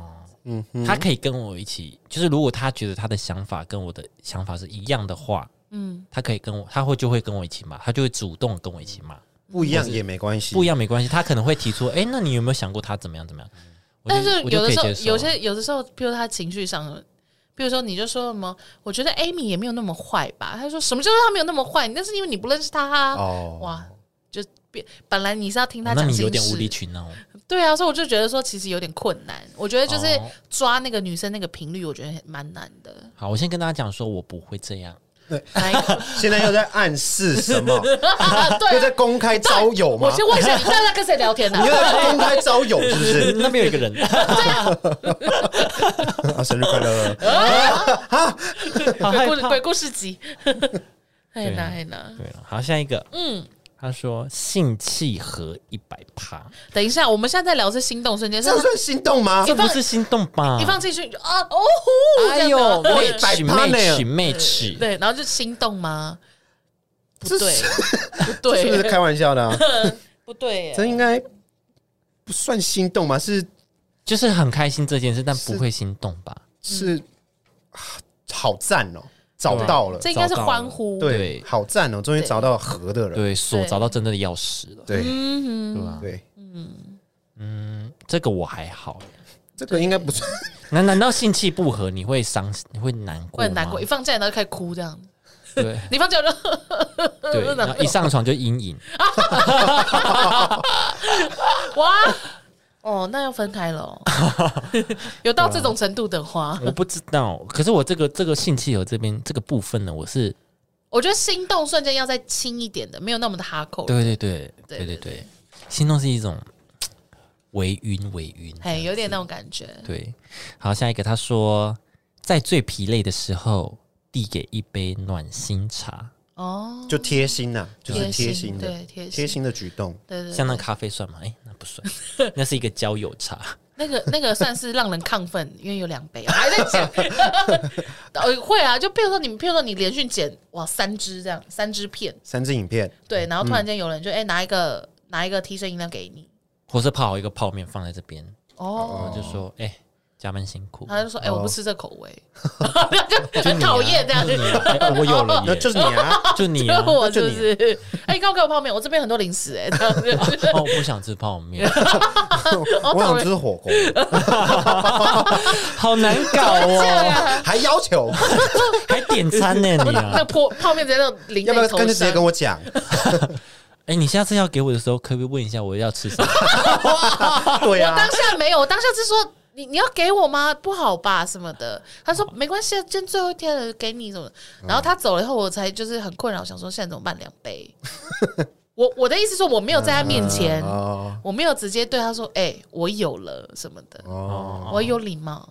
嗯哼，
他可以跟我一起，就是如果他觉得他的想法跟我的想法是一样的话，嗯，他可以跟我，他会就会跟我一起
嗯
骂，他就会主动跟我一起骂，
不一样也没关系，
不一样没关系，他可能会提出，哎、那你有没有想过他怎么样怎么样？我就
但是
我
有
就
的
可以
时候
接，受啊
有些有的时候，比如他情绪上，比如说你就说什么，我觉得 Amy 也没有那么坏吧。他说什么就是他没有那么坏，那是因为你不认识他、啊。
哦
哇，就变本来你是要听他
哦那
讲
你
心
有点无
事
理取闹，
对啊，所以我就觉得说，其实有点困难。我觉得就是
哦
抓那个女生那个频率，我觉得很蛮难的。
<laughs>
好，我先跟大家讲说，我不会这样，
哪一个？
现在又在暗示什么？又
<laughs> 对
在
啊，
公开招友吗
我？先问一下，你刚才跟谁聊天啊呢、
你又在公开招友是不
<laughs>
是？
<laughs> 那边有一个人，
啊，生日快
<laughs>
乐！
好害
鬼故
怕
鬼。故事集， <laughs>
啊
很难很难。
对了，好，下一个，
嗯，
他说性契合一百趴，
等一下，我们现在在聊是心动瞬间，是
这样算心动吗？
这不是心动吧
一？放进去你就啊哦呼，
哎呦
这样子
百
，match
趴呢
match match，
对，然后就心动吗？不
这
对
是， <laughs>
不
是不是
对，
开玩笑的啊？
不对
这
耶，
应该不算心动吧？是
就是很开心这件事，但不会心动吧？
是，
嗯
啊好赞哦，找到了
这，应该是欢呼。
了
对
对，
好赞哦，终于
对
找到合的人，
对，所
对
找到真正的钥匙了，
对
嗯
对
哼，
吧？
对，
这个我还好。
这个应该不
<laughs>
算，
难难道性气不合你会伤心，你会难过？
会很难过，一。放假然后就开始哭这样。
对
你放假就嗯
对，然后一上床就阴影。
<laughs> 哇哦，那要分开了
<laughs>
哦。有到这种程度的
啊
话，
我不知道，可是我这个这个性气合这边这个部分呢，我是
我觉得心动瞬间要再轻一点的，没有那么的哈口。
对对对对
对
对
对
对，心动是一种嘖微晕微晕。
哎，有点那种感觉。
对，好，下一个他说，在最疲累的时候，递给一杯暖心茶，
哦，
就贴心呐，就是贴心的
对，贴心
贴心的举动，
对对对，
像那咖啡算吗？哎、那不算， <laughs> 那是一个交友茶。
那 <laughs> 个那个算是让人亢奋，因为有两杯，啊还在讲， <laughs> 呃，会啊，就譬如说你，譬如说你连续剪哇三支这样，三支片，
三支影片，
对，然后突然间有人就哎、拿一个拿一个提升音量给你，
或是泡好一个泡面放在这边，
哦，
我就说，哎、加班辛苦。
他就说哎、
哦
我不吃这口 <laughs> 味，就很讨厌这样
就你啊、哎我有了
<laughs>
那
耶，
就是你啊，
就你啊
就， <laughs> 我
就
就
你
是，哎、你刚给我泡面，我这边很多零食 <laughs> 哎、这样子
哦，我不想吃泡面，
我想吃火
<laughs>
锅，
好难搞
<laughs>
哦，
还要求，
还点餐呢你
啊那
啊！
泡泡面直接就淋
要不
在
要
头
干脆直接
上
跟。我讲？
哎，你下次要给我的时候，可不可以问一下我要吃什么？
对
我
啊
当，下没有，我当下是说你你要给我吗？不好吧什么的。他
哦
说没关系，啊，今天最后一天了，给你什么的。
嗯
然后他走了以后，我才就是很困扰，想说现在怎么办？两杯。 <laughs> 我我的意思说我没有在他面前，
哦
我没有直接对他说，哎、我有了什么的，
哦，
我有礼貌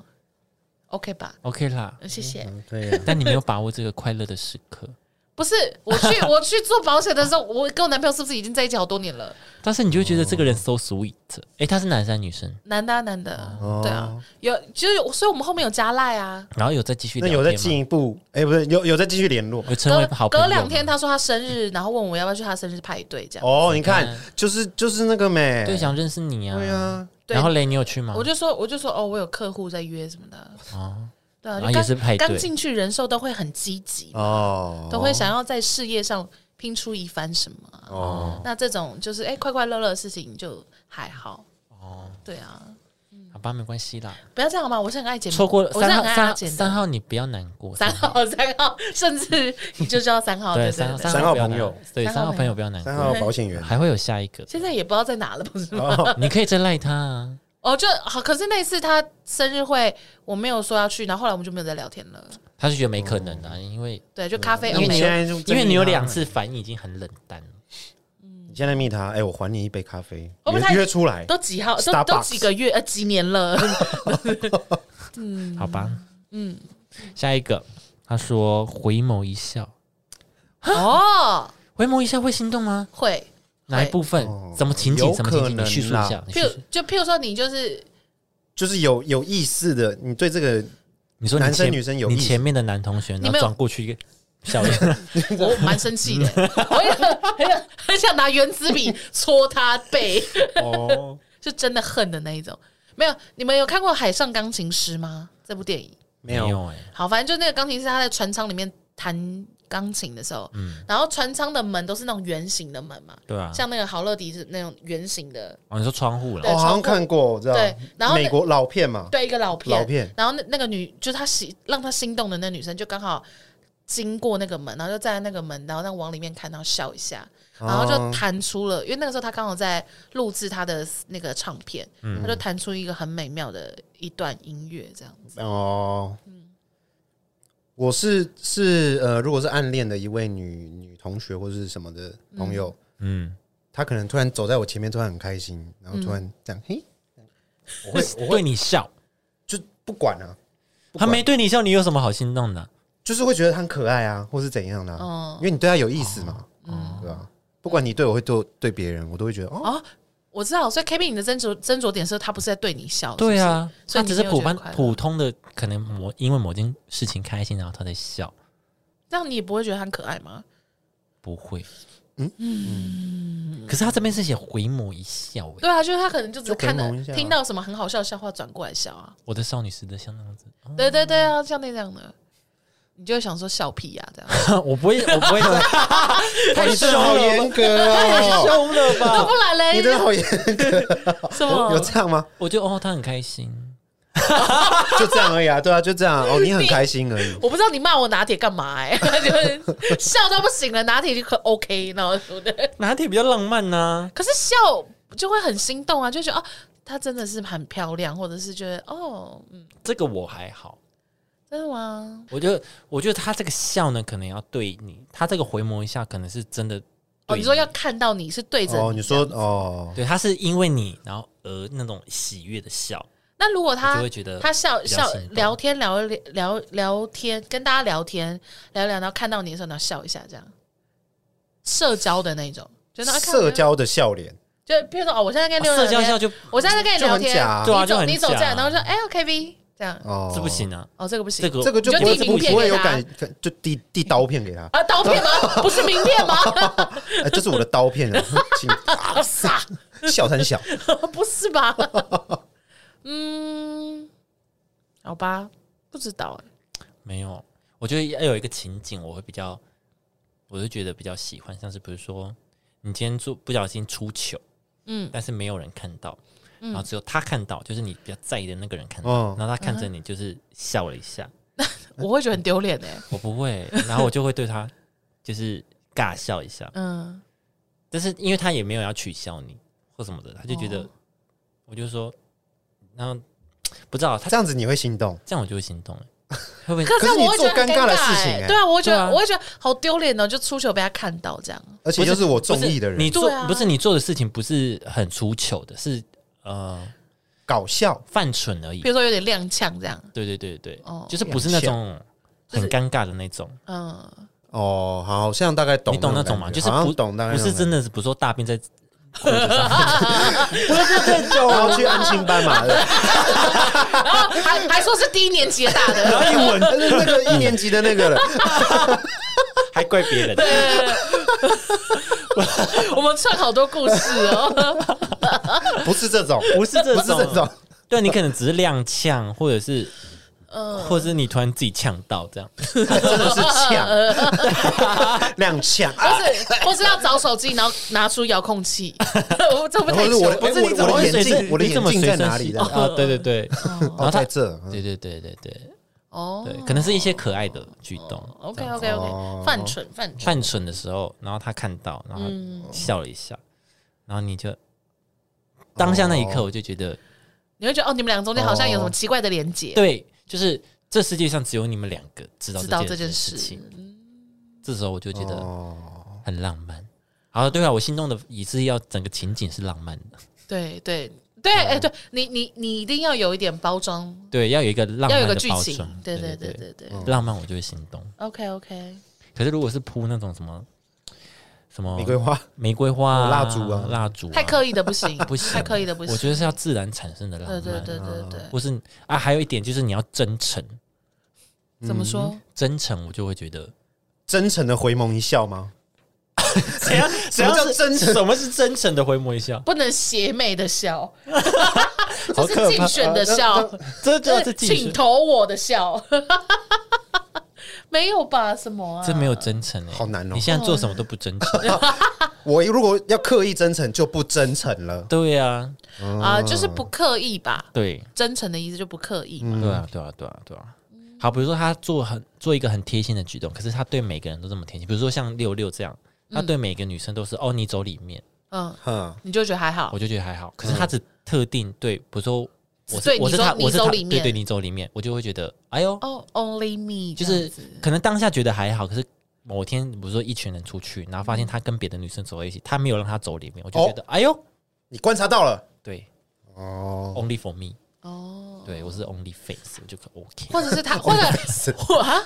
，OK 吧？
OK
<laughs>
啦，
谢谢。
对啊，
但你没有把握这个快乐的时刻。
不是我去 <laughs> 我去做保险的时候，我跟我男朋友是不是已经在一起好多年了？
但是你就会觉得这个人
哦
so sweet。哎，他是男生还是女生？
男的、啊、男的啊，
哦
对啊，有就是，所以我们后面有加赖啊，
然后有再继续
那
聊
有再
天吗
进？一步，哎，不是有有再继续联络
有成为好朋
隔
友
隔
吗？
两天，他说他生日，然后问我要不要去他生日派对，这样。
哦，你看，就是就是那个美，
对想认识你啊。
对啊，
对
然后嘞，你有去吗？
我就说，我就说，哦，我有客户在约什么的。
哦
对啊，
然
就
后
刚
也是派对
刚进去人寿都会很积极，
哦，
都会想要在事业上拼出一番什么啊。
哦，
那这种就是哎、快快乐乐的事情就还好。
哦，
对啊，
好吧，没关系啦。
不要这样嘛，我是很爱剪，
错过了
嗯我是
三
很
号
爱他
三
剪的
三。号，你不要难过。
三号，三号，甚至你就知道三号，对
对
对
三号
对对。
三号
不要
朋
难
友
对
三号
三号
朋
朋
友
友不要难
三
过，
号保险员，哦
还会有下一个。
现在也不知道在哪了，不是吗？
你可以再赖他啊。
哦，就好。可是那一次他生日会，我没有说要去，然后后来我们就没有再聊天了。
他是觉得没可能的
哦
啊，因为
对，就咖啡
<laughs> 因为你
哦没
有
嗯
有
现在就
因为你有两次反应已经很冷淡了。
啊你现在密他，哎，我还你一杯咖啡
会不，会
约
太
约出来，
都几号，都
Starbucks
都几个月呃几年了，
好吧，嗯，下一个，他说回眸一笑，
嗯
哦，
回眸一笑会心动吗？
会
哪一部分
哦？
什么情
有
景？什么情
可
景？
能
你叙述
啦
一下。你叙
譬
述
如就譬如说
<laughs>
你就是
就是有有意思的，你对
<laughs>
这个
你说你
男生
前
女生有
你
意思
前面的男同学，然
你没
后
有
转过去一个笑一下，
我蛮生气的，我也很很想很想拿原子笔戳他背，
哦，
就真的恨的那一种。没有，你们有看过《海上钢琴师》吗？这部电影。
<laughs> 没
没
有
有哎，
好，反正就那个钢琴师他在船舱里面弹钢琴的时候，
嗯
然后船舱的门都是那种圆形的门嘛，
对啊，
像那个好乐迪是那种圆形的，
哦，你说窗户了
对
哦，好
超
像
过
看过，我知道，
对然后那
美国老片嘛，
对，一个老片，
老片
然后那那个女就是他喜让他心动的那女生，就刚好经过那个门，然后就站在那个门，然后再往里面看，然后笑一下，
哦
然后就弹出了，因为那个时候他刚好在录制他的那个唱片，
嗯
他就弹
嗯
出一个很美妙的一段音乐，这样子。
哦，我是是呃，如果是暗恋的一位女女同学或是什么的朋友，
嗯，
她可能突然走在我前面，突然很开心，然后突然这样，嘿，
我会对你笑，
就不管啊，
他没对你笑，你有什么好心动的？
就是会觉得她很可爱啊，或是怎样的、啊，
嗯
因为你对她有意思嘛，
哦
对吧、不管你对我会对对别人，我都会觉得哦，
哦，我知道，所以 K B 你的斟酌斟酌点是他不是在对你笑，
对
呀、
啊，
哦所以
他只
你
是
没有
普
觉得
般
快乐
普通的，可能某因为某件事情开心，然后他在笑，
这样你也不会觉得他很可爱吗？
不会。嗯可是他这边是写回眸一笑、欸，
对啊，就是他可能就只
就回
看到
眸一下啊
听到什么很好笑的笑话转过来笑啊，
我的少女时的像那样子，
对对对啊，像那样的，你就会想说笑屁呀、啊这 <laughs>
<laughs>
样，
我不会，我不
<laughs>
会，太
你
凶
真的好
了
严
吧，
格
哎
太
哦，
凶了
那
吧？
不然嘞
你真的好严，
<laughs> 什
哦
么
有？这样吗？
我就哦，他很开心，
就这样而已啊，对啊，就这样哦，你很开心而已。
我不知道你骂我拿铁干嘛 <laughs> 哎、就是笑到不行了，拿铁就可 OK，然后对不对？
拿铁比较浪漫啊呐、
可是笑就会很心动啊，就觉得哦，她真的是很漂亮，或者是觉得哦，嗯，
这个我还好。
真的吗？
我觉得，我觉得他这个笑呢，可能要对你，他这个回眸一下，可能是真的
哦，
对
你说要看到你是对着
哦，你说
这样
哦，
对，他是因为你，然后而那种喜悦的笑，
那如果
我
他
就会觉得
他笑
比较
笑
心动
聊天聊一聊聊天，跟大家聊天聊一聊，然后看到你的时候，然后笑一下，这样社交的那种，就是啊看我
社交的笑脸，
就比如说哦，我现在跟
啊
六人
社交
聊天
笑就
我现在在跟你聊天，
就很假啊
对啊
你
就
走
很
你走这
假啊
样，然后说哎，OK B 这样，
哦，
这不行啊，
哦，这个不行，
这个
这个就
你就
不会
递
不
名片
不会
给
有
他
感，就递递刀片给他，
啊，刀
<laughs>
片吗？不是名片吗？
哎，这是我的刀片 <laughs> 啊，请
啊傻，
笑三小，
不是吧？ <laughs> 嗯，好吧，不知道哎，
没有。我觉得要有一个情景，我会比较，我就觉得比较喜欢，像是比如说，你今天做不小心出糗，
嗯
但是没有人看到，然后只有他看到，就是你比较在意的那个人看到，
嗯
然后他看着你就是笑了一下，
我会觉得很丢脸哎，
我不会，然后我就会对他就是尬笑一下，
嗯，
但是因为他也没有要取笑你或什么的，他就觉得，
哦
我就说，然后不知道他
这样子你会心动。
这样我就会心动了，欸会不会？
可
可是
我
你
会觉
做
得很
尴尬的事
欸
情欸
对啊，我会觉
对
得
啊
我会觉得好丢脸哦，就出糗被他看到这样，
而且就是我中
不是
意的人，
你做
对啊
不是你做的事情不是很出糗的，是呃
搞笑，
犯蠢而已
比。如说有点踉跄这样，
对对对对，
哦
就是不是那种很尴尬的那种，
嗯，
哦，好像大概懂
你懂那种
感
吗？
觉
就是
好
不
像懂大概
不是真的是，不是说大便在裤子上， <laughs>
就然后去安亲班嘛，
然后还还说是低年级的大的， <laughs>
然后一吻，就是 <laughs> 那个一年级的那个了，
还怪别人。哎
<laughs> 我们串好多故事哦。
<laughs> 不是这种，
<laughs> 不是这
不
种，
是
<laughs>
这种，
<laughs> 对你可能只是踉跄，或者是，或者是你突然自己呛到这样，
哎真的是
<laughs>
呃
呛，踉跄，
或呃是或是要找手机，然后拿出遥
<laughs>
控器，我这不
然后
太
是我的，
久。
不是
哎我
你怎么
我的
会
眼
随身
镜，我的
你怎
眼
么
镜
随
在
身
哪
携
里的？
啊，对对对，然
哦，
后他
在，这，
对对对对对
哦
对，可能是一些可爱的举动。
，OK OK
哦
OK，犯蠢犯蠢，
犯蠢的时候，然后他看到，然后
嗯
笑了一下，然后你就
哦
当下那一刻，我就觉得，
你会觉得哦，你们俩中间好像有什么奇怪的连接，
对，就是这世界上只有你们两个知道
知道
这
这件
事
事嗯
情。。这时候我就觉得
哦，
很浪漫。好，对啊，我心动的也是要整个情景是浪漫的，
对对对，哎，对你你你一定要有一点包装，
对，要有一个浪
嗯要
漫
有个
的
剧
包
情
装，，
对
对
对对对对
对，啊浪漫我就会心动。
，OK OK，
可是如果是铺那种什么什么
玫瑰花，
玫瑰花啊、
蜡烛啊
蜡烛啊，
太刻意的不行，
<laughs> 不行，
太刻意的不行，
我觉得是要自然产生的浪
对
漫，啊
对对对对，
或是啊，还有一点就是你要真诚，嗯
怎么说？
真诚我就会觉
<laughs>
得，
真诚的回眸一笑吗？
怎样？
什么叫真诚
什么是真诚的回眸一笑？
不能邪魅
<laughs>
的笑，
好
这
可
是竞
怕！
选的笑。
这
哦这
就是竞
请
选，
投我的笑， <laughs> 没有吧？什么啊？
这没有真诚哎，
好难哦
你现在做什么都不真诚，
<laughs>
我如果要刻意真诚，就不真诚了。
对呀，
哦
啊，就是不刻意吧？
对，
真诚的意思就不刻
嗯
意嘛。
对啊，对啊，对啊，对啊。
嗯
好，比如说他做很做一个很贴心的举动，可是他对每个人都这么贴心，比如说像六六这样，他对每个女生都是哦你走里面，
嗯，
哼，
你就觉得还好
我。就觉得还好。可是他只特定对，比如说我是
嗯对
我
你
是
说
他，我是
你走
他，
里面
对对，你走里面，我就会觉得，哎呦，
哦、o n l y me，
就
这样
是
子
可能当下觉得还好，可是某天比如说一群人出去，然后发现他跟别的女生走在一起，他没有让她走里面，我就觉
哦
得，哎呦，
你观察到了
对
哦，
，only for me，
哦，
对我是 only face，我就可 OK。
或者
<laughs>
是他，或者我啊，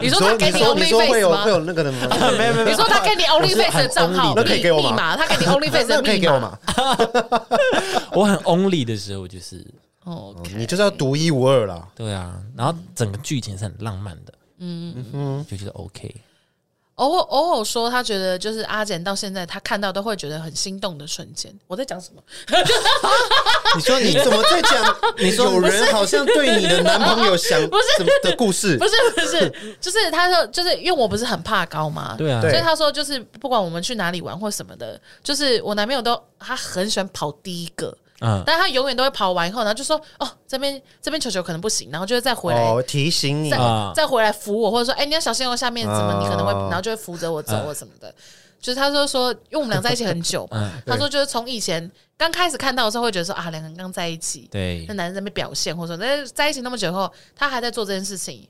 你说他给
你
你
说你
only
说会
face
有
吗
会？有那个的吗？
<laughs>
没有没
你说他给你
我
only
是
face 的
很
账号
only
的那可以
密
给我吗
密码，他给你
<laughs>
only face
那
的
可以
密
给我
码。 <laughs>
吗？
我很 only 的时候，就是
哦
哦你就是要独一无二啦。
对啊，然后整个剧情是很浪漫的，嗯嗯，就觉得 OK。
偶尔偶尔说，他觉得就是阿简到现在，他看到都会觉得很心动的瞬间。我在讲什么？
你说
<laughs> 你怎么在讲？你
说
有人好像对你的男朋友想
不是
什么的故事
不？是不是，就是他说，就是因为我不是很怕高嘛，
对啊，
对
所以他说就是不管我们去哪里玩或什么的，就是我男朋友都他很喜欢跑第一个，
嗯，
但他永远都会跑完以后，然后就说哦这边这边球球可能不行，然后就会再回来
嗯
哦，提醒你
再、
啊
再回来扶我，或者说，哎、你要小心哦，下面怎么
啊
你可能会，
嗯
然后就会扶着我走或什么的。就是他说说，因为我们俩在一起很久嘛，
嗯
他说就是从以前刚开始看到的时候，会觉得说啊，两个人刚在一起，
对
那，男人在那边表现，或者说在在一起那么久后，他还在做这件事情。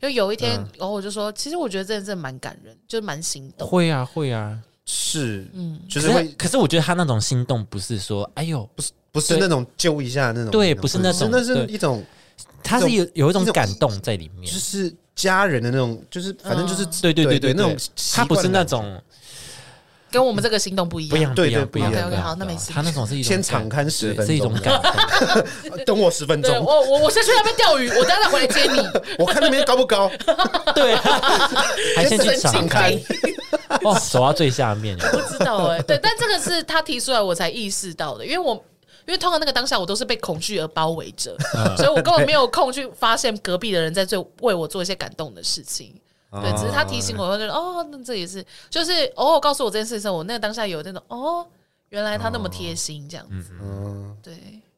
因为有一天，
嗯
然后我就说，其实我觉得这件事蛮感人，就是蛮心动。
会啊会啊，
是，嗯，就
可
是
是
会
可是我觉得他那种心动不是说，哎呦，
不是不是
对
那种揪一下那种，
对不是那种
那是
对
一种
他是有有一种
一种
感动在里
就
面，
是家人的那种，就是反正就是
嗯对对对对
对那种
他不是那
习惯
种
跟我们这个心动不一
不一样
样，
不
对
一样
对
不一样，
OK，OK，
不一样
好那
对啊
没事
他那种是一种
先
感
敞开十
对
分
是一
钟
种感动，
感，呃等我十分
对
钟，
我我我先去那边钓鱼，我等下再回来接你。
我看那边高不高，
<laughs>
对，还先去
神
敞
经
开
病，
<laughs> 哦，手到最下面，
不知道哎、 <laughs> 对，但这个是他提出来我才意识到的，因为我因为通常那个当下我都是被恐惧而包围着， <laughs> 所以我根本没有空去发现隔壁的人在做为我做一些感动的事情。对，只是他提醒我，我就觉得哦，那这也是，就是偶尔告诉我这件事的时候，我那个当下有那种哦，原来他那么贴心这样子。
嗯，
对，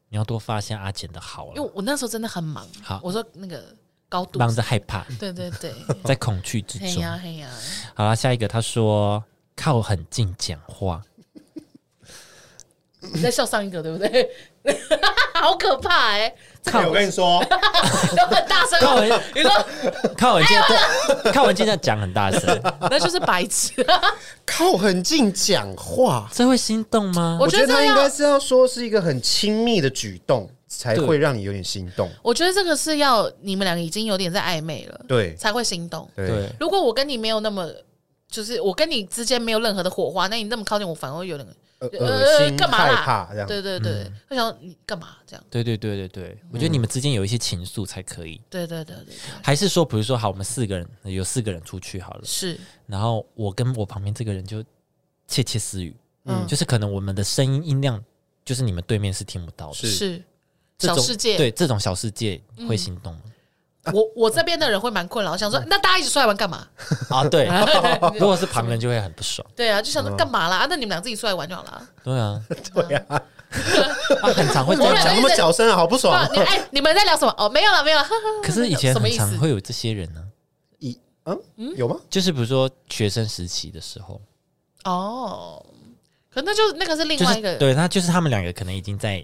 你要多发现阿简的好
因
了
为，我那时候真的很忙，
好
我说那个高度，
让着害怕，
对对对，
在恐惧之
嘿
中。
嗯哎呀嘿呀，
好了，下一个他说靠很近讲话，
你在笑上一个对不对？ <laughs> 好可怕哎、
哎我跟你说，
都很大声
靠
哦，
很
<laughs> 你
<laughs>
说哎
靠很近在，靠很近在讲很大声，
<laughs> 那就是白
<laughs>
痴。
靠很近讲话，
这会心动吗？
我
我
觉
觉
得
得他
这
应
样
该是要说是一个很亲密的举动，才
对
会让你有点心动。
我觉得这个是要你们两个已经有点在暧昧了，
对
才会心动。
对，
如果我跟你没有那么，就是我跟你之间没有任何的火花，那你那么靠近我，反而会有点
恶
呃
恶心、
干嘛
害
啦
怕这样。嗯
对对对，会想你干嘛这样？
对对对对对，我觉得你们之间有一些情愫才可以。
对对对对对，
还是说，比如说，好，我们四个人有四个人出去好了，
是
然后我跟我旁边这个人就窃窃私语，
嗯
就是可能我们的声音音量，就是你们对面是听不到的，
是
是。
这
小
种
世界，
对这种小世界会心动
嗯
吗？
我我这边的人会蛮困扰，想说那大家一起出来玩干嘛？
啊，
<laughs>
对，如果是旁人就会很不爽，
对啊，就想
嗯
说干嘛啦？啊那你们俩自己出来玩就好了。
对啊，
对啊，
<laughs> 啊，很常会这
我
样
们俩
讲
讲。那么小声啊，好不
对
爽
啊。你 <laughs> 哎，你们在聊什么？哦，没有了，没有啦。
<laughs> 可是以前
<laughs> 什么
很
意
常
思？
会有这些人呢、
一嗯，有吗？
就是比如说学生时期的时候，
哦，可那就那个是另
就
外一
是
个，
对他就是他们两个可能已经在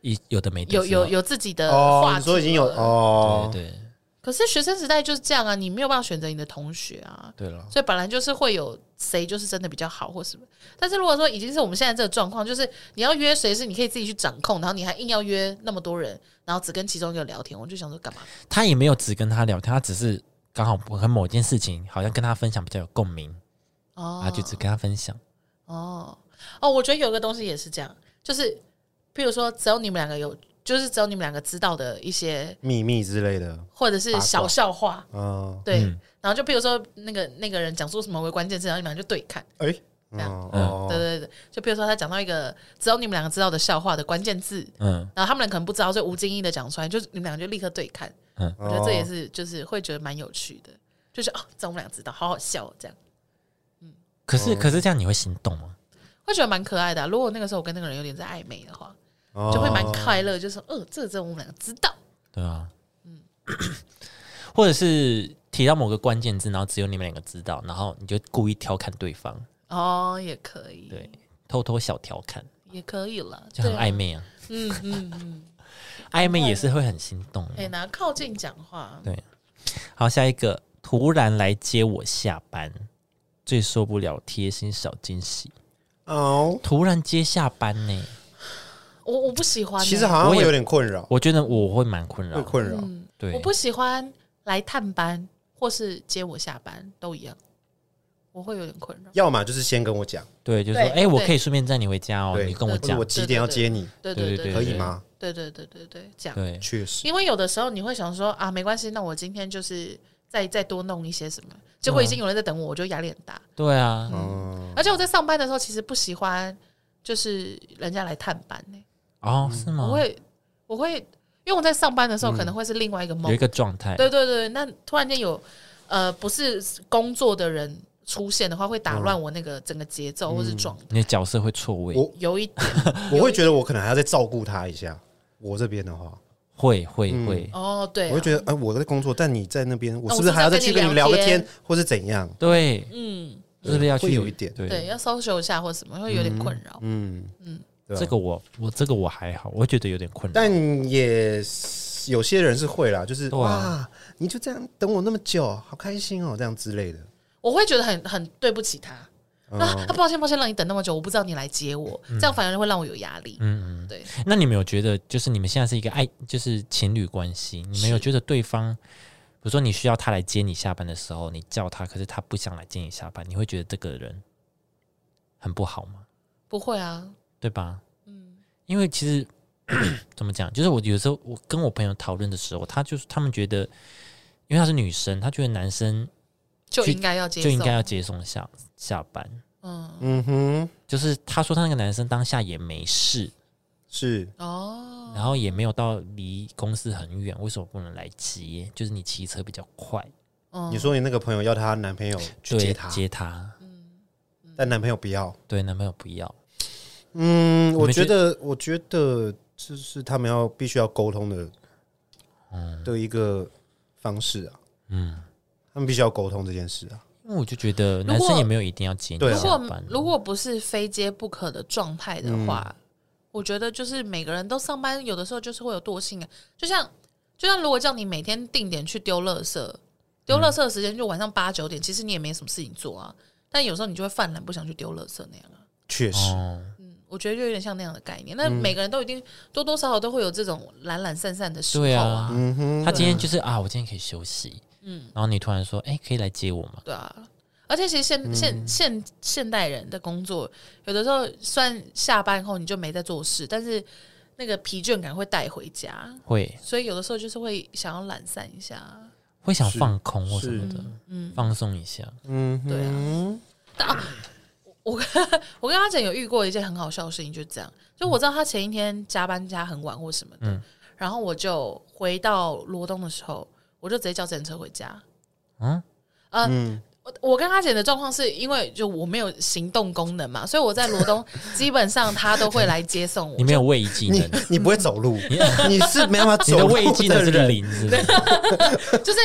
一有的没的
有
时候
有，有自己的
哦
呃话，
你
题，
说已经有。哦，
对对
可是学生时代就是这样啊，你没有办法选择你的同学啊，
对了，
所以本来就是会有谁就是真的比较好或什么。但是如果说已经是我们现在这个状况，就是你要约谁是你可以自己去掌控，然后你还硬要约那么多人，然后只跟其中一个聊天，我就想说干嘛？
他也没有只跟他聊天，他只是刚好我跟某件事情好像跟他分享比较有共鸣，
哦
啊，就只跟他分享。
哦哦，我觉得有个东西也是这样，就是譬如说只有你们两个有，就是只有你们两个知道的一些
秘密之类的，
或者是
八卦
小笑话，
嗯，
对，
嗯
然后就譬如说那个那个人讲出什么为关键字，然后你们俩就对看，
哎，
这样
嗯
对
哦，
对对，就譬如说他讲到一个只有你们两个知道的笑话的关键字，
嗯，
然后他们俩可能不知道，所以无精意的讲出来，就是你们俩就立刻对看，
嗯
我觉得这也
哦
是就是会觉得蛮有趣的，就是哦，这我们俩知道，好好笑哦这样，
可
哦
是、可是这样你会心动吗？
会觉得蛮可爱的啊、如果那个时候我跟那个人有点在暧昧的话，
哦
就会蛮快乐，就是呃，这个真的我们俩知道，
对啊，
嗯
<coughs> 或者是提到某个关键字，然后只有你们两个知道，然后你就故意调侃对方，
哦，也可以，
对，偷偷小调侃。
也可以了，
就很
对啊
暧昧啊，
嗯嗯嗯，
<laughs> 暧昧也是会很心动。
可以哎拿靠近讲话，
好，下一个，突然来接我下班，最受不了贴心小惊喜，
哦，
突然接下班呢、
我我不喜欢欸、
其实好像
我
会
也
有点困扰，
我觉得我会蛮困
会
扰。
困扰。
嗯，
对
我，不喜欢来探班或是接我下班都一样，我会有点困扰。
要么就是先跟我讲，
对，就是说，哎、
对
我
对
可以顺便载你回家哦，
对
你跟我
或者
讲
我。几点要接你，
对
对
对，
对
可以吗？
对对对对对，这样。
对，
确实，
因为有的时候你会想说啊，没关系，那我今天就是再再多弄一些什么，结果已经有人在等我，我就压力很大。
对啊，
嗯，
而且我在上班的时候，其实不喜欢就是人家来探班欸呢、
嗯
哦，是吗
我？会我会，因为我在上班的时候可能会是另外一个
嗯
梦
有一，个状态，
对对对，那突然间有呃不是工作的人出现的话，会
嗯
打乱我那个整个节奏或是状态，
你的角色会错位，
我
有一
哎
点
我会觉得我可能还要再照顾他一下。我这边的话，
会会
嗯
会，
哦，对啊、
我会觉得，哎，我在工作，但你在那边，我
那我
是不是还要再去跟你聊个
是不是要跟你聊
天，或是怎样？
对，
嗯，
是不是要去
会有一点
对，
对，
要搜索一下或什么，会有点困扰。
嗯对啊
这个我我这个我还好，我觉得有点困扰。
但也是有些人是会啦，就是
对啊
哇，你就这样等我那么久，好开心哦，这样之类的。
我会觉得很很对不起他。
嗯
啊，抱歉抱歉，让你等那么久，我不知道你来接我，这样反而会让我有压力。
嗯嗯，
对，
那你们有觉得，就是你们现在是一个爱，就是情侣关系，你们有
是
觉得对方，比如说你需要他来接你下班的时候，你叫他，可是他不想来接你下班，你会觉得这个人很不好吗？
不会啊，
对吧？
嗯，
因为其实怎么讲，就是我有时候我跟我朋友讨论的时候，他就是他们觉得，因为她是女生，她觉得男生
就
就
应该要接
就应该
受
要接送下下班，
嗯，
嗯哼，
就是她说她那个男生当下也没事，
是
哦，
然后也没有到离公司很远，为什么不能来接？就是你骑车比较快，
嗯
你说你那个朋友要她男朋友去
对，
接她，
接他，
但男朋友不要。
对，男朋友不要，
嗯，我
们
觉
觉
得，我觉得这是他们要必须要沟通的，的一个方式啊。
嗯，
他们必须要沟通这件事啊。
因为我就觉得
果
男生也没有一定要接
对
你
啊
如
下
果
班，
如果不是非接不可的状态的话，我觉得就是每个人都上班，有的时候就是会有惰性啊。就像就像如果叫你每天定点去丢垃圾，丢垃圾的时间就晚上八九点，其实你也没什么事情做啊。但有时候你就会犯懒，不想去丢垃圾那样啊。
确实，
哦，
嗯，我觉得就有点像那样的概念。那每个人都一定多多少少都会有这种懒懒散散的时候
对
啊，
啊，
嗯哼，
他今天就是啊，我今天可以休息，嗯，然后你突然说，哎，可以来接我吗？
对啊。而且其实现现现现代人的工作，有的时候虽然下班后你就没在做事，但是那个疲倦感会带回家，
会
所以有的时候就是会想要懒散一下。
会想
是
放空或什
是
么的，
嗯
放松一下，
嗯哼，
对啊但啊，我我跟阿简有遇过一件很好笑的事情，就是这样。就我知道他前一天加班加很晚或什么的，
嗯
然后我就回到罗东的时候，我就直接叫自行车回家。呃
嗯
我我跟阿简的状况是因为就我没有行动功能嘛，所以我在罗
<laughs>
东基本上他都会来接送我
你。没有位移技
你
能，
<laughs> 你不会走
<laughs>
路，你是没办法
你
走
的
路
位移技能是个
人。
零，是不是
就是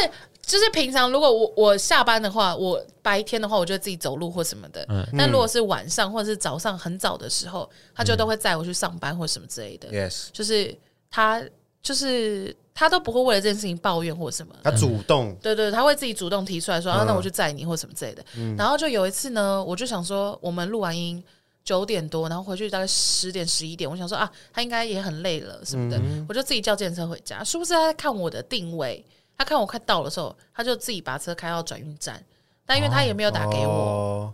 就是平常如果我我下班的话，我白天的话我就自己走路或什么的。
嗯
但如果是晚上或者是早上很早的时候，他就都会载我去上班或什么之类的。
Yes，
就是他就是他都不会为了这件事情抱怨或什么。
他主动，
对对，他会自己主动提出来说，啊，
嗯
那我去载你或什么之类的。然后就有一次呢，我就想说，我们录完音九点多，然后回去大概十点十一点，我想说啊，他应该也很累了什么的，
嗯
嗯
我就自己叫健身回家。殊不知他在看我的定位，他看我快到的时候，他就自己把车开到转运站，但因为他也没有打给我，
哦，嗯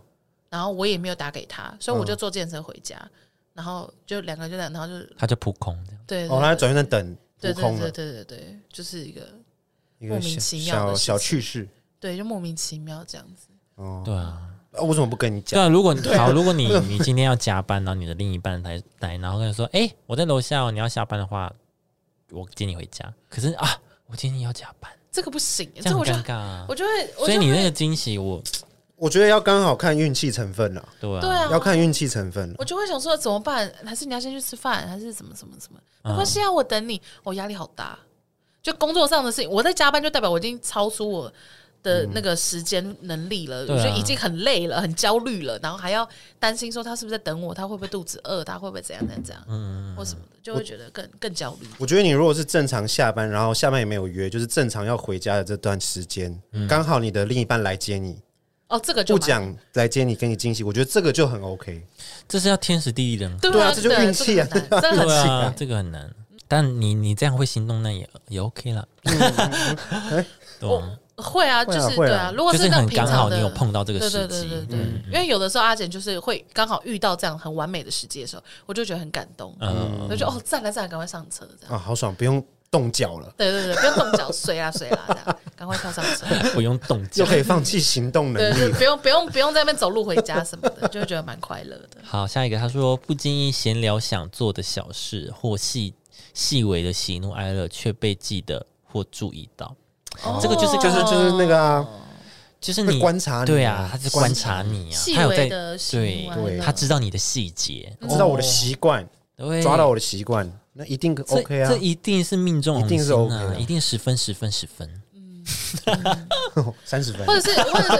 然后我也没有打给他，所以我就坐健身回家。然后就两个人就在，然后就
他就扑空这样，
对
哦，他在转运站等，
对
扑
对
空
对
了，
对对对，就是一个
一
莫
个
名
小
其妙的
小
事
小
情
趣事。
对，就莫名其妙这样子。
哦，
对啊。
啊我怎么不跟你
对
讲？
啊，如果好，如果
<laughs>
你你今天要加班，然后你的另一半来来，然后跟你说，哎、我在楼下、哦，你要下班的话，我接你回家。可是啊，我今天要加班，
这个不行，
这
这
样
我
很
就
尴尬、啊
我。就会，我
所以
就
你
会
那个惊喜我，
我觉得要刚好看运气成分了，
对啊，
对啊，
要看运气成分了。啊
我就会想说怎么办？还是你要先去吃饭，还是怎么怎么怎么？没关系啊，我等你。我压力好大，就工作上的事情，我在加班就代表我已经超出我的那个时间能力了，
对
我
啊
觉得已经很累了，很焦虑了，然后还要担心说他是不是在等我，他会不会肚子饿，他会不会怎样怎样怎样，嗯，或什么的，就会觉得更更焦虑。
我觉得你如果是正常下班，然后下班也没有约，就是正常要回家的这段时间，刚、好你的另一半来接你，
哦，这嗯个就
不
蛮
讲来接你，给你惊喜，我觉得这个就很 OK。
这是要天时地利人和。
对
对啊
啊，
这就运气啊
这个很难这个
对
很
啊，这个很难。但你你这样会心动，那也也 OK 了。
嗯
<laughs>
哎
懂吗？
会啊，就
会啊
是
会啊
对啊，如果
就是
那
很
平
刚
常
好
的，
你有碰到这个
对
时
对对对
机，嗯
对，因为有的时候阿简就是会刚好遇到这样很完美的时机的时候，我就觉得很感动，
嗯，
我就哦赞了赞了，赶快上车这样。
啊，好爽，不用动脚了，
对对对，不用动脚，睡啦睡啦，这样赶快跳上车。
<laughs> 不用动
又
脚。
可以放弃行动能
<laughs> 对，
力哦
就。不用不用不用在那边走路回家什么的，就会觉得蛮快乐的。
好，下一个他说不经意闲聊想做的小事或细细微的喜怒哀乐，却被记得或注意到，
哦
这个就是
就是就是那个啊，
就是
会
你
观察你
对
啊
啊，他是观察你啊，
细
他有
微
在
的喜
对
怒哀乐嗯
对啊
他知道你的细节，
哦知道我的习惯，
对，
抓到我的习惯，那一定可
这
OK 啊
这。一定是命中
一定是
红心
OK
啊，
的
一定十分十分十分，
三十分
或，者是
<laughs>
或者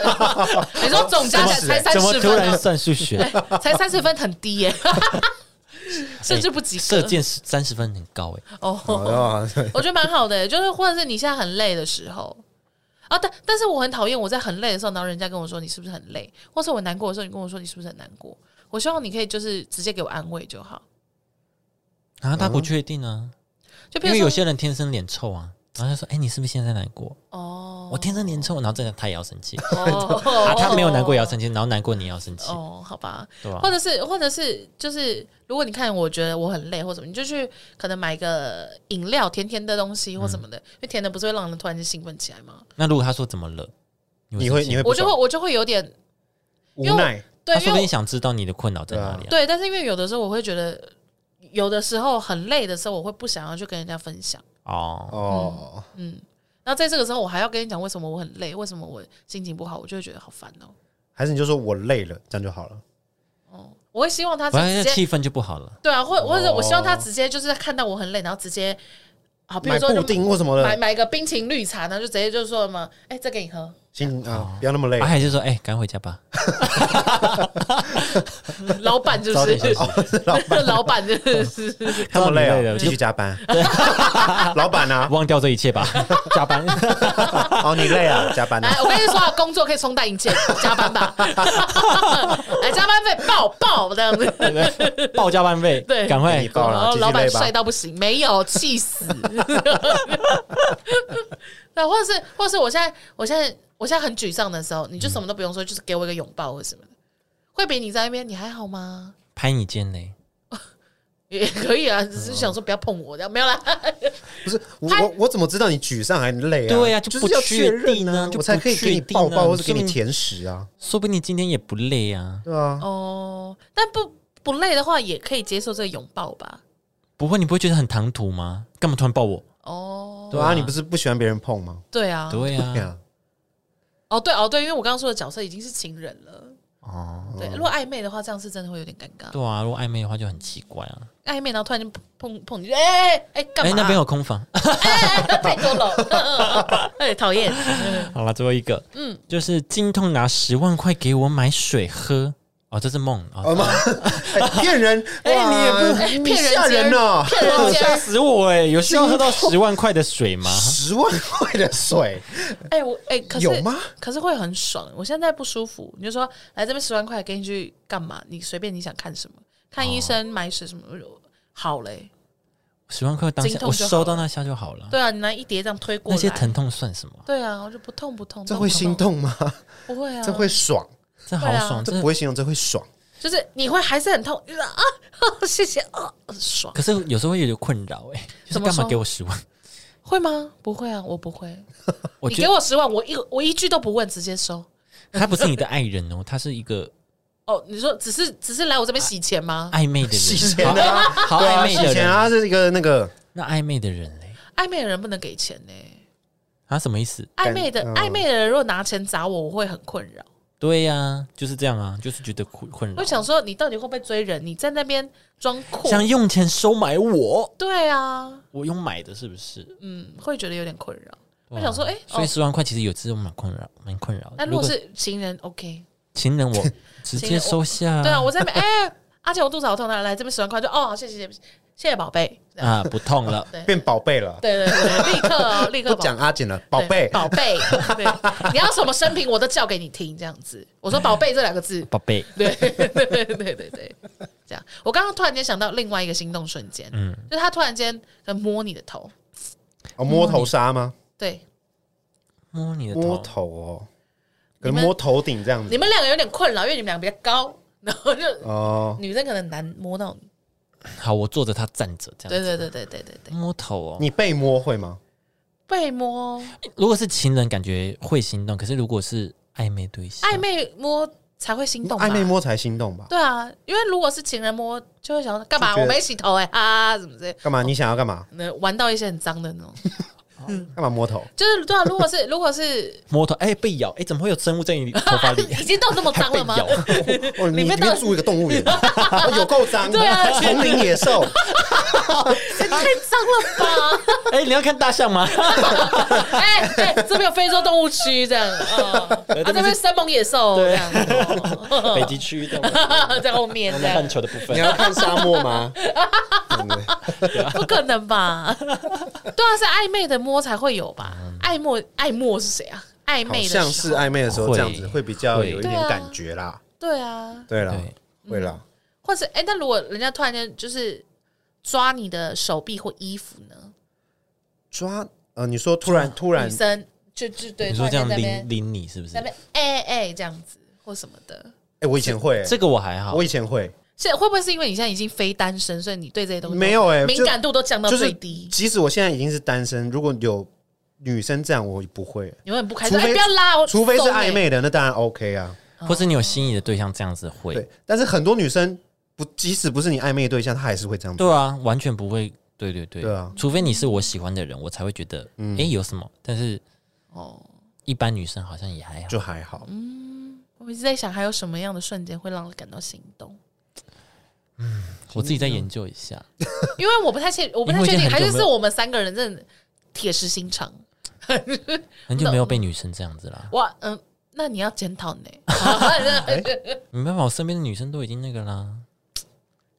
是你说总加起来才
怎么
三十
突哎
分
然
哦，
算数学？
才三十分很
<laughs>
低耶，甚至不及
射
格
箭三十分很高哎、
哦。
哦，对 <laughs>
我觉得蛮好的、欸就是或者是你现在很累的时候啊，但但是我很讨厌我在很累的时候，然后人家跟我说你是不是很累，或是我难过的时候，你跟我说你是不是很难过。我希望你可以就是直接给我安慰就好。
然后他不确定
哦
啊，
就比
因
如
为
说
有些人天生脸臭啊，然后他说：“哎、你是不是现在难过？
哦，
我天生脸臭。”然后这个 <laughs> 他也要生气
哦
啊，他没有难过也要生气，然后难过你也要生气，
哦，好吧，
对啊吧、
或者是或者是就是，如果你看我觉得我很累或什么，你就去可能买个饮料，甜甜的东西或
嗯
什么的，因为甜的不是会让人突然间兴奋起来吗？
那如果他说怎么了，
你会
生气
你
吗
会不
我就会
爽
我就会有点
无
因为我嗯
奈，
对，
他
因
说不
为我
定想知道你的困扰在哪里啊？
对，但是因为有的时候我会觉得，有的时候很累的时候，我会不想要去跟人家分享。
哦，
哦，
然后在这个时候，我还要跟你讲为什么我很累，为什么我心情不好，我就会觉得好烦哦。
还是你就说我累了，这样就好了。
我会希望他是
不然那
直接
气氛就不好了。
对啊，或或者
哦
我希望他直接就是看到我很累，然后直接好，比如
买
说
布
就
丁或什么
买
的，
买个冰淇淋绿茶，然后就直接就说什么，哎、这给你喝，
心啊，不要那么累
阿。海就说：“哦哎、赶快回家吧。
老板 <laughs> 就
早点休
是
息
老板就是
这么累
知道你累
啊，
了
继续加班。 <laughs> 老
<laughs>
板啊，
忘掉这一切吧，加 <laughs> 班。
哦，你累啊，加班啊
来，。我跟你说啊，工作可以冲淡一切，加班吧， <laughs> 来加班费爆爆这样子，
报加班费，
对
赶快
你报
然
了，
后
继
哎哦老
续
板
累吧
帅。到不行，没有气死。 <laughs> 对，或者是，或者是我现在，我现在，我现在很沮丧的时候，你就什么都不用说，就是给我一个拥抱或什么的，会比你在那边你还好吗？ <laughs>
拍你肩嘞。
也可以啊，只是想说不要碰我，这样没有啦。
不是我
他
我我怎么知道你沮丧还累啊？
对啊
就
就是不
要
确
确认
定啊就
我才
不
可以给你
确定啊
抱抱或者给你
说明
甜食啊，
说不定今天也不累啊，
对啊。
哦，但不不累的话，也可以接受这个拥抱吧。
不会，你不会觉得很唐突吗？干嘛突然抱我？
哦，
对啊，你不是不喜欢别人碰吗？
对啊，
对
对
啊，
啊，
哦对哦对，因为我刚刚说的角色已经是情人了。
哦，
对，如果暧昧的话，这样是真的会有点尴尬。
对啊，如果暧昧的话就很奇怪啊。
暧昧，然后突然间碰碰你，哎哎哎，干
哎、
嘛？
那边有空房。
<laughs> 太多了， <laughs> 哎，讨厌。嗯
好了，最后一个，嗯，就是金痛拿十万块给我买水喝。哦，这是梦啊！<laughs>
哦妈，哎骗人！
哎
哇
你
也不
你吓人哦，
骗人
哦
家
吓死我哎、有需要喝到十万块的水
<laughs>
吗？
十万块的水，
哎，我哎，可是
有吗？
可是会很爽。我现在不舒服，你就说来这边十万块，给你去干嘛？你随便你想看什么，看医生、买水什么，好嘞。
十万块当
经
下
痛
我
就好
收到那下就好了。
对啊，你拿一叠这样推过
那些
来，
疼痛算什么？
对啊，我就不痛不痛。
这会心
不痛？
动吗？
不会啊，
这会爽，
这好
对
爽，
啊
这
这
不会心动，这会爽。
就是你会还是很痛啊，谢谢啊，爽
可是有时候会有点困扰哎、就是
怎么
干嘛
说
给我十万？
会吗？不会啊，我不会。
我
你
觉
给
得
我十万，我一我一句都不问，直接收。
他不是你的爱人哦，他是一个
哦，你说只是只是来我这边洗钱吗？
暧昧的
<laughs>
洗
人，
钱啊，
好
<laughs> 对
暧
啊，
昧
洗
的
钱
人，
啊，这是一个那个
那暧昧的人嘞，
暧昧的人不能给钱呢、
他啊什么意思？
暧昧的
嗯
暧昧的人如果拿钱砸我，我会很困扰。
对呀、就是这样啊，就是觉得困困
我
扰，
想说，你到底会不会追人？你在那边装酷？
想用钱收买我，
对啊，
我用买的是不是？
嗯，会觉得有点困扰。我想说，哎、
所以
哦，
十万块其实有时候蛮困扰，蛮困扰的。
那如
如
果
果
是情人，OK，
情
<laughs>
人，我直
情
接
人
收下。
对啊，我在那边，哎、 <laughs> 阿姐我肚子好痛，来来这边十万块，就哦，好谢谢谢谢谢谢宝贝，这样
啊，不痛
<laughs>
了。
对
变宝贝了，
对对对，立刻哦立刻
不
宝
讲阿简了，宝贝
对，宝贝，对，你要什么生平我都叫给你听，这样子。我说“宝贝”这两个字，
宝贝，
<laughs> 对对对对对对，这样。我刚刚突然间想到另外一个心动瞬间，嗯，就他突然间呃摸你的头，
哦，摸头杀吗？
对，
摸你的
摸
头，
头哦，可能
你们
摸头顶这样
你
子
们两个有点困扰，因为你们两个比较高，然后就
哦，
女生可能很难摸到你。
好，我坐着，他站着，这
对
样
对对对对对对，
摸头哦。
你被摸会吗？
被摸
如果是情人，感觉会心动，可是如果是暧昧对象，
暧昧摸才会心动吧，
暧昧摸才心动吧？
对啊，因为如果是情人摸，就会想说干嘛
就觉得
我没洗头哎、啊什么之类，
干嘛？你想要干嘛？
那玩到一些很脏的那种。
干嘛摸头？
就是对啊，如果是如果是 <laughs>
摸头，哎、被咬，哎、怎么会有生物在你头发里？
已经到这么
还
脏
被
了吗？
咬，
<laughs> 哦，你
里
里
面到
面
底
住一个动物
<laughs>
园，哦有够脏，
对啊
丛林野兽，
这太脏了吧！
哎、你要看大象吗？
哎哎，这边有非洲动物区这样，哦
呃
啊这边生猛野兽这样，哦
北极区
<laughs>
的
在后面这样，
球的部
你
分，
要看沙漠吗？真的
不可能
<laughs>
吧？对啊，是暧昧的摸才会有吧？爱莫爱莫是谁啊？ <laughs> 暧
嗯好
昧的时候
像是暧昧的时候
会
这样子，会比较有一点
对啊
感觉啦。
对啊，
对啦，
对，
会啦。
或者哎，那如果人家突然间就是抓你的手臂或衣服呢？
抓呃，你说突然突然
女生就就对，
你
突
说
然
这
间
样
在那
拎
边
拎你是不是
在那？边哎哎这样子或什么的。
哎、我以前会、
这个我还好
我，以前会，
现在会不会是因为你现在已经非单身，所以你对这些东西都
没有欸
敏感度都降到
就是
最低？
即使我现在已经是单身，如果有女生这样，我也不会。
你会很不开
除
心，哎，
非
不要拉我，
除非是
送欸
暧，昧的，那当然 OK 啊。
哦
或是你有心仪的对象这样子会，
对，但是很多女生不，即使不是你暧昧的对象，她还是会这样做。
对啊，完全不会，对对对，
对啊嗯
除非你是我喜欢的人，我才会觉得，哎、有什么？但是
哦。
一般女生好像也还好，
就还好，
嗯
<laughs>
我一直在想，还有什么样的瞬间会让人感到心动？
我自己再研究一下。
嗯因为我不太确，我不太
因为
确
已经
定，
很久
还
没有
是是我们三个人真的铁石心肠。
很久没有被女生这样子啦，
哇，嗯，那你要检讨呢，
没办法，我身边的女生都已经那个啦，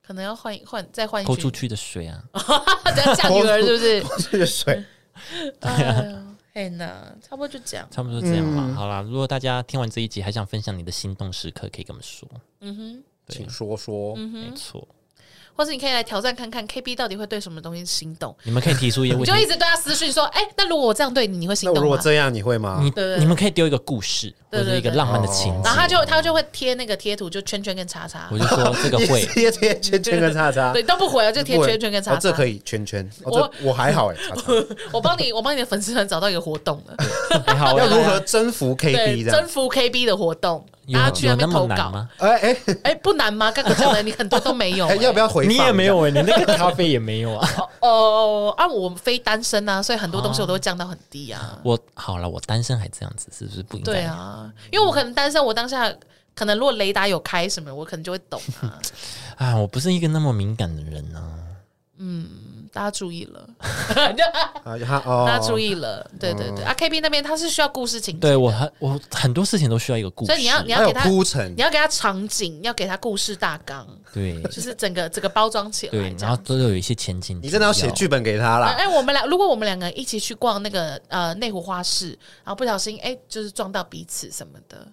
可能要换一换，再换一
抠出
句，
去的水啊，
等下嫁女儿是不是？
这个水
哎呦，嘿呐，差不多就这样。
差不多这样
嗯
吧。好啦，如果大家听完这一集还想分享你的心动时刻，可以跟我们说，
请说说。
嗯
没错，
或是你可以来挑战看看 KB 到底会对什么东西心动。
你们可以提出一些问
<laughs> 你就一
题，
直对他私讯说，哎、那如果我这样对你，你会心
那我
动
如果
吗？
这样，你会吗？ <laughs>
你
对对
你们可以丢一个故事或
对对
者一个
对
浪漫的
哦
情节
然后，他就他就会贴那个贴图，就圈圈跟叉叉
我，就说这个
<laughs> 你
会
直接贴圈圈跟叉叉，
<laughs> 对，都不回了，就贴圈圈跟叉叉。
哦这可以圈圈。哦
我、
这我还好哎、叉叉
<laughs> 我帮你，我帮你的粉丝团找到一个活动了，
哎还好，
要如何征服
对，
KB 这
征
样？
服 KB 的活动，
有
大家去
有那
边
么
投
难
<laughs> 稿。
吗？
哎哎
哎、不难吗？刚刚讲的你很多都没
<laughs>
有、
哎，要不
要？
要回放一
你
下？
也没有哎，你那个咖啡也没有啊。
哦，啊，我非单身啊，所以很多东
哦
西我都会降到很低啊。
<laughs> 我好了，我单身还这样子，是不是不应该？
对，啊，因为我可能单身，我当下可能如果雷达有开什么，我可能就会懂
<laughs>
啊。
啊，我不是一个那么敏感的人啊。
大家注意了。
啊？他哦，
大家注意了，对对对，啊，KB 那边他是需要故事情
嗯
节，
对我很我很多事情都需要一个故事，
所以你要你
还
要
有
给他
铺陈
你，要给他场景，要给他故事大纲，
对
就是整个整个包装起来。 <laughs>
对，
这
然后
样
都有一些前景，
你真的要写剧本给他
啊
啦。
哎，我们俩如果我们两个一起去逛那个呃内湖花市，然后不小心哎就是撞到彼此什么的，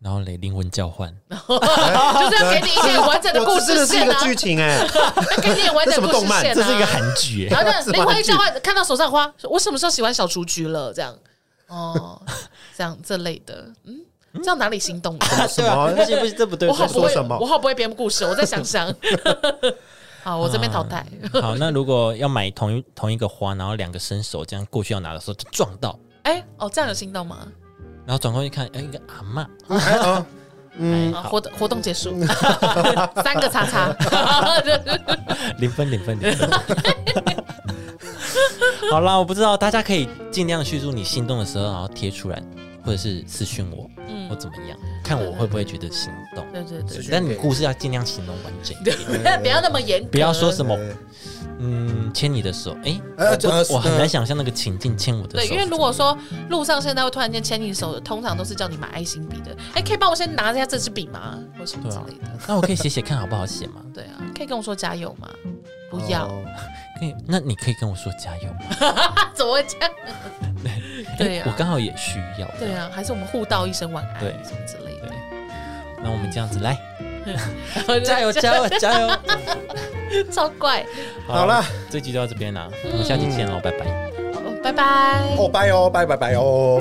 然后嘞，灵魂交换，
就是要给你一些完整的故
我啊这真
事
的是一
线
个
啊，
剧情哎、
要给你 <laughs> 一个完
这什
整
么
的故
动
事
漫
线
这是一个
啊。
韩剧欸，
<laughs>
然后
这
就是灵魂一交
玩
换，看到手上花，说我什么时候喜欢小雏菊了？这样哦，这样这类的，嗯，这样哪里心动了？
什么？
不行不 <laughs> 行，这不对
我好
在
不
说
会
什么
我好不会编故事，我再想想。好，我这边淘汰。
啊
好，那如果要买同一同一个花，然后两个伸手这样过去要拿的时候就撞到，
哎、哦，这样有心动吗？
然后转过去看，哎，一个阿嬷，
<laughs> 哎啊，
嗯，
好，
好，
活动活动结
<laughs>
束，三个叉叉。 <laughs>
零分零分零分。 <laughs> 好啦，我不知道，大家可以尽量叙述你心动的时候，然后贴出来，或者是私讯我，
嗯
或怎么样，看我会不会觉得心动。
对对对
私讯
但你故事要尽量形容完整一点，
<laughs> 对，不要那么严格，
不要说什么
对
嗯，牵你的手，哎、
呃这
我
呃
不我很
呃
难想象那个情境牵我的
对，
手。
因为如果说路上现在会突然间牵你手的，通常都是叫你买爱心笔的。哎，可以帮我先拿一下这支笔吗？或什么
对
之
啊
类的。
那我可以写写看好不好写吗？
对啊，可以跟我说加油吗？不要， <laughs>
哦
可以，那你可以跟我说加油吗？
怎么会这样？
<laughs>
<laughs> 对
我
啊，
刚好也需要。
对啊，还是我们互道一声晚安，
对
什么之类的。
那我们这样子来，
我觉得
<laughs> 加油加油加油！
<laughs> 超怪。
好啦，
这集就到这边啦，
嗯
我们下集见喽，拜拜。
好拜拜。
哦，拜哦，拜拜拜哦。